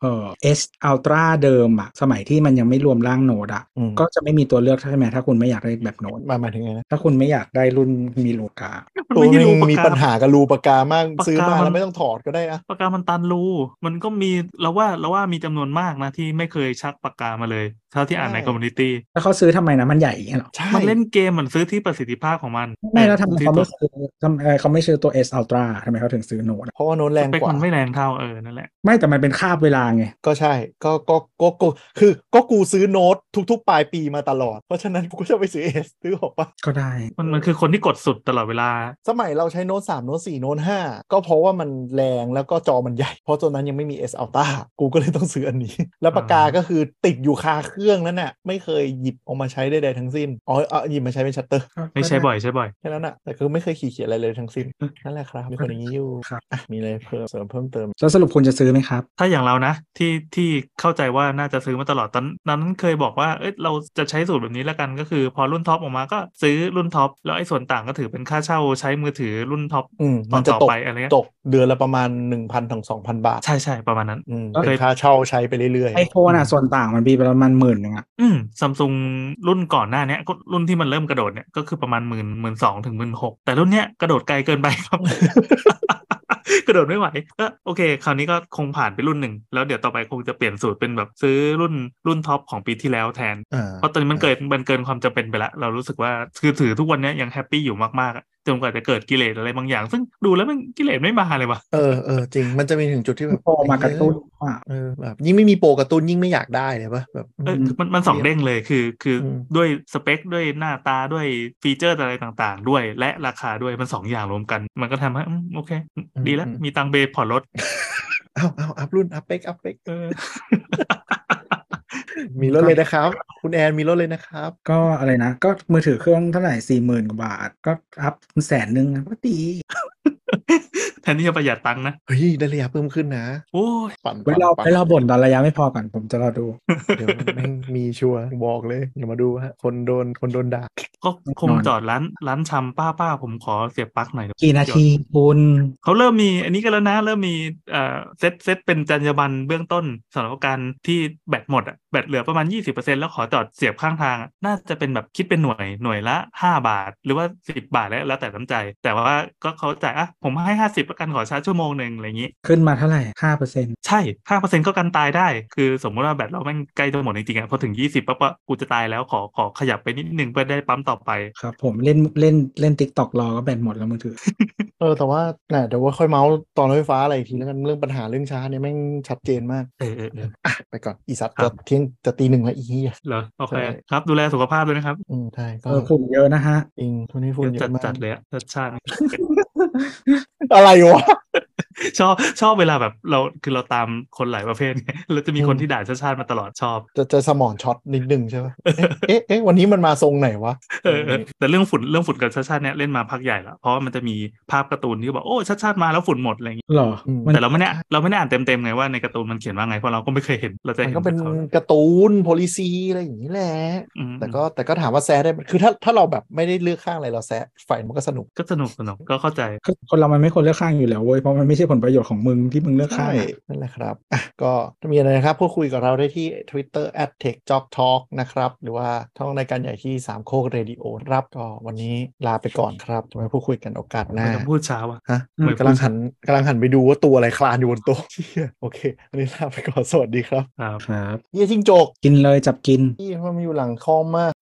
เอ่อ S Ultra เดิมอะสมัยที่มันยังไม่รวมร่างโนดอะ
อืม
ก็จะไม่มีตัวเลือกใช่ไหมถ้าคุณไม่อยากได้แบบโนด
มาหมายถึงไงนะ
ถ้าคุณไม่อยากได้รุ่นมีโลกา
มัน
ตัว
ไม่ใช่
นึ
รู
ง
ปาก
มี
กา
ปัญหากับรูปากกามาก
ปากกา
ซื้อมาน แล้วไม่ต้องถอดก็ได้อะ
ปากกามันตันรู มันก็มีเราว่าเราว่ามีจำนวนมากนะที่ไม่เคยชักปากกามาเลยเท่าที่อ่านในคอมมูนิตี้
แล้วเขาซื้อทำไมนะมันใหญ่อย่างเงี้ยเหรอ
ใช่
มันเล่นเกมเหมือนซื้อที่ประสิทธิภาพของมัน
ไม่แล้วทำไม
ที่
เขา
ตั
ไม่
ว
ซื้อทำเอ่อเขาไม่ซื้อตัว S Ultra ทำไมเขาถึงซื้อโนด
เพราะว่าโน้ตแรง
สเปค
กว่า
มันไม่แรงเท่าเออนั่นแหละ
ไม่แต่มันเป็นคาบเวลาไง
ก็ใช่ ก็ก็ก็ก็คือก็กูซื้อโน้ตทุกๆ ปลายปีมาตลอด เพราะฉะนั้นกูก็จะไปซื้อเอสซื้อหกปะ
ก็ได้
มันมันคือคนที่กดสุดตลอดเวลา
สมัยเราใช้โน้ต3โน้ต4โน้ต5ก็เพราะว่ามันแรงแล้วก็จอมันใหญ่ เพราะตอนนั้นยังไม่มี S Ultra กูก็เลยต้องซื้ออันนี้ แล้วปากกาก็คือติดอยู่คาเครื่องนั่นน่ะไม่เคยหยิบออกมาใช้ใดๆทั้งสิ้นอ๋อเอาหยิบมาใช้เป็นชัตเตอร์
ไม่ใช่บ่อยใช่บ่อย
แค่นั้นน่ะแต่คือไม่เคยขี่เขียนอะไรเลยทั้งสิ้นนั่นแหละครับมีคนอย่างนี้อยู่
ครับ
อ่ะมีอะไรเพิ่มเสริมเพิ่มเติม
แล้วสรุปคุณจะซื้อไหมครับ
ถ้าอย่างเรานะที่ที่เข้าใจว่าน่าจะซื้อมาตลอดตอนนั้นเคยบอกว่าเอ้ยเราจะใช้สูตรแบบนี้แล้วกันก็คือ พอรุ่นท็อปออกมาก็ซื้อรุ่นท็อปแล้วไอ้ส่วนต่างก็ถือเป็นค่าเช่าใช้มือถือรุ่นท็อป
อืม
ต
มั
อน น
จะ
ต่อ
ตก
ไปอะไรเงี้ย
ตกเดือนละประมาณ 1,000ถึง2,000 บาท
ใช่ใช่ประมาณนั้น
อืม
เค
เป็
ย
นค่าเช่าใช้ไปเรื่อยๆ
ไอโฟนอ่ะส่วนต่างมันมีประมาณหมื่นหนึ่งอะ
อืมซัมซุงรุ่นก่อนหน้าเนี้ยก็รุ่นที่มันเริ่มกระโดดเนี่ยก็คือประมาณหมื่นหมื่นสองถึงหมื่นหกแต่รุ่นเนี้ยกระโดดไกลเกินไปครับ กระโดดไม่ไหวก็โอเค คราวนี้ก็คงผ่านไปรุ่นหนึ่งแล้วเดี๋ยวต่อไปคงจะเปลี่ยนสูตรเป็นแบบซื้อรุ่นรุ่นท็อปของปีที่แล้วแทน
อ่า
เพราะตอนนี้มันเกิดมันเกินความจำเป็นไปละเรารู้สึกว่าคือถือทุกวันเนี้ยยังแฮปปี้อยู่มากๆอะจนกว่าจะเกิดกิเลสอะไรบางอย่าง ซึ่งดูแล้วมันกิเลสไม่มาเลยวะ
เออเออจริง มันจะมีถึงจุดที่แบบ
โฟนมากระตุ้นว่า
เออแบบยิ่งไม่มีโปรกระตุ้นยิ่งไม่อยากได้เลยปะแบบ
เออ
ม
มันมันสองเด้งเลยคือคืออ
ม
ด้วยสเปคด้วยหน้าตาด้วยฟีเจอร์อะไรต่างๆ ด้วยและราคาด้วยมันสองอย่างรวมกัน มันก็ทำให้อืมโอเค ดีแล้วมีตังค์เบย์ผ่อนรถ
เอาเอาอัพรุ่นอัพเป็กอัพเป็ก
เออ
มีรถเลยนะครับ คุณแอนมีรถเลยนะครับ
ก็อะไรนะ ก็มือถือเครื่องเท่าไหร่สี่หมื่นกว่าบาท ก็อัพแสนหนึ่งก็ดี
แทนที่จะประหยัดตังค์นะ
เฮ้ยได้ระยะเพิ่มขึ้นนะ
โอ้ย
ปั่น
ไว้เราไว้เราบ่นตอนระยะไม่พอก่อนผมจะรอดู
เดี๋ยวแม่งมีชัวร์บอกเลยเดี๋ยวมาดูฮะคนโดนคนโดนด่า
ก็คง
นอน
จอดร้านร้านชำป้าป้าผมขอเสียบปลั๊กหน่อย
กี่นาทีคุณ
เขาเริ่มมีอันนี้กันแล้วนะ เริ่มมีเอ่อเซตเซตเป็นจรรยาบรรณเบื้องต้นสำหรับการที่แบตหมดอะแบตเหลือประมาณ 20%แล้วขอจอดเสียบข้างทางอะน่าจะเป็นแบบคิดเป็นหน่วยหน่วยละ 5 บาท หรือว่า 10 บาทแล้วแล้วแต่น้ำใจ แต่ว่าก็เขาจ่ายอ่ะผมให้ 50แล้วกันขอชาร์จชั่วโมงหนึ่งอะไรอย่างนี้
ขึ้นมาเท่าไหร่ห้าเปอร์เซ็นต์
ใช่ห้าเปอร์เซ็นต์ก็กันตายได้ คือสมมติว่าแบตเราแม่งใกล้จะหมดจริงๆอะพอถึง 20ปั๊บอะกูจะตายแล้วขอขอขยับไปนิดนึงเพื่อได้ปั๊มต่อไป
ครับผมเล่นเล่นเล่นติ๊กตอกรอก็แบตหมดแล้วมือถือ
เออแต่ว่าน่ะเดี๋ยวว่าค่อยเมาส์ตอนรถไฟฟ้าอะไรอีกทีแล้วกันเรื่องปัญหาเรื่องช้าเนี่ยแม่งชัดเจนมาก
เออเออเออ
อ่ะไปก่อนอีสัตว์จะเที่ยงจะตีหนึ่งแล้วอีเหี้ย
เหรอโอเค
ใช่
ครับดูแลสุขภาพด้วยนะครับ
อืมใช่ก็
เออฝุ่นเยอะนะฮะ
จริงทุนนี้ฝุ่นเย
จัด
อะมาก
จัดเลยอะจัดชาติ
อะไรวะ
ชอบชอบเวลาแบบเราคือเราตามคนหลายประเภทไง แล้วจะมีคน
อืม
ที่ด่าชาติชาติมาตลอดชอบ
จะจะสมองช็อตนิดหนึ่งใช่ปะเอ๊ะเอ๊ะ เอ๊ะ วันนี้มันมาทรงไหนวะ
เออเออแต่เรื่องฝุ่นเรื่องฝุ่นกับชาติชาติเนี่ยเล่นมาพักใหญ่ละเพราะว่ามันจะมีภาพการ์ตูนที่บอกโอ้ชาติชาติมาแล้วฝุ่นหมดอะไรอย่างงี้
หรอ
อืม
มัน
แต่เราไม่ได้เราไม่ได้อ่านเต็มๆไงว่าในการ์ตูนมันเขียนว่าไงเพราะเราก็ไม่เคยเห็นเราจะ
มั
เห็
น
น
ก็เป็น
ขา
การ์ตูน p o l i c y อะไรอย่างนี้แหละ
อืม
แต่ก็แต่ก็ถามว่าแซะได้ไหมคือถ้าถ้าเราแบบไม่ได้เลือกข้างอะไรเราแซะฝ่ายมันก็สนุก
ก็สนุกสนุกก็เข้าใจ
คือคนเรามันไม่ควรเลือกข้างอยู่แล้วเว้ยเพราะมันไม่ใช่ผลประโยชน์ของมึงที่มึงเลือกข้างอะ
นั่นแหละครับอ่ะก็ถ้ามีอะไรนะครับ พูดคุยกับเราได้ที่ Twitter at t e c h j o k Talk นะครับ หรือว่าท่องรายการใหญ่ที่ 3 โคกเรดิโอครับก็วันนี้ลาไปก่อนครับจะมาพูดคุยกันโอกาสห
ไม่
น้า
ต้องพูดช้าว่ะ
ฮะ
เหมือน
กำลังหันกำลังหันไปดูว่าตัวอะไรคลานอยู่บนโต๊ะ เชี่ยโอเค อันนี้ลาไปก่อน สวัสดีครับ
ครับ
ครับ
เยี่ยจิ้งจก
กินเลยจับกิน
ที่มันอยู่หลังคอมมาก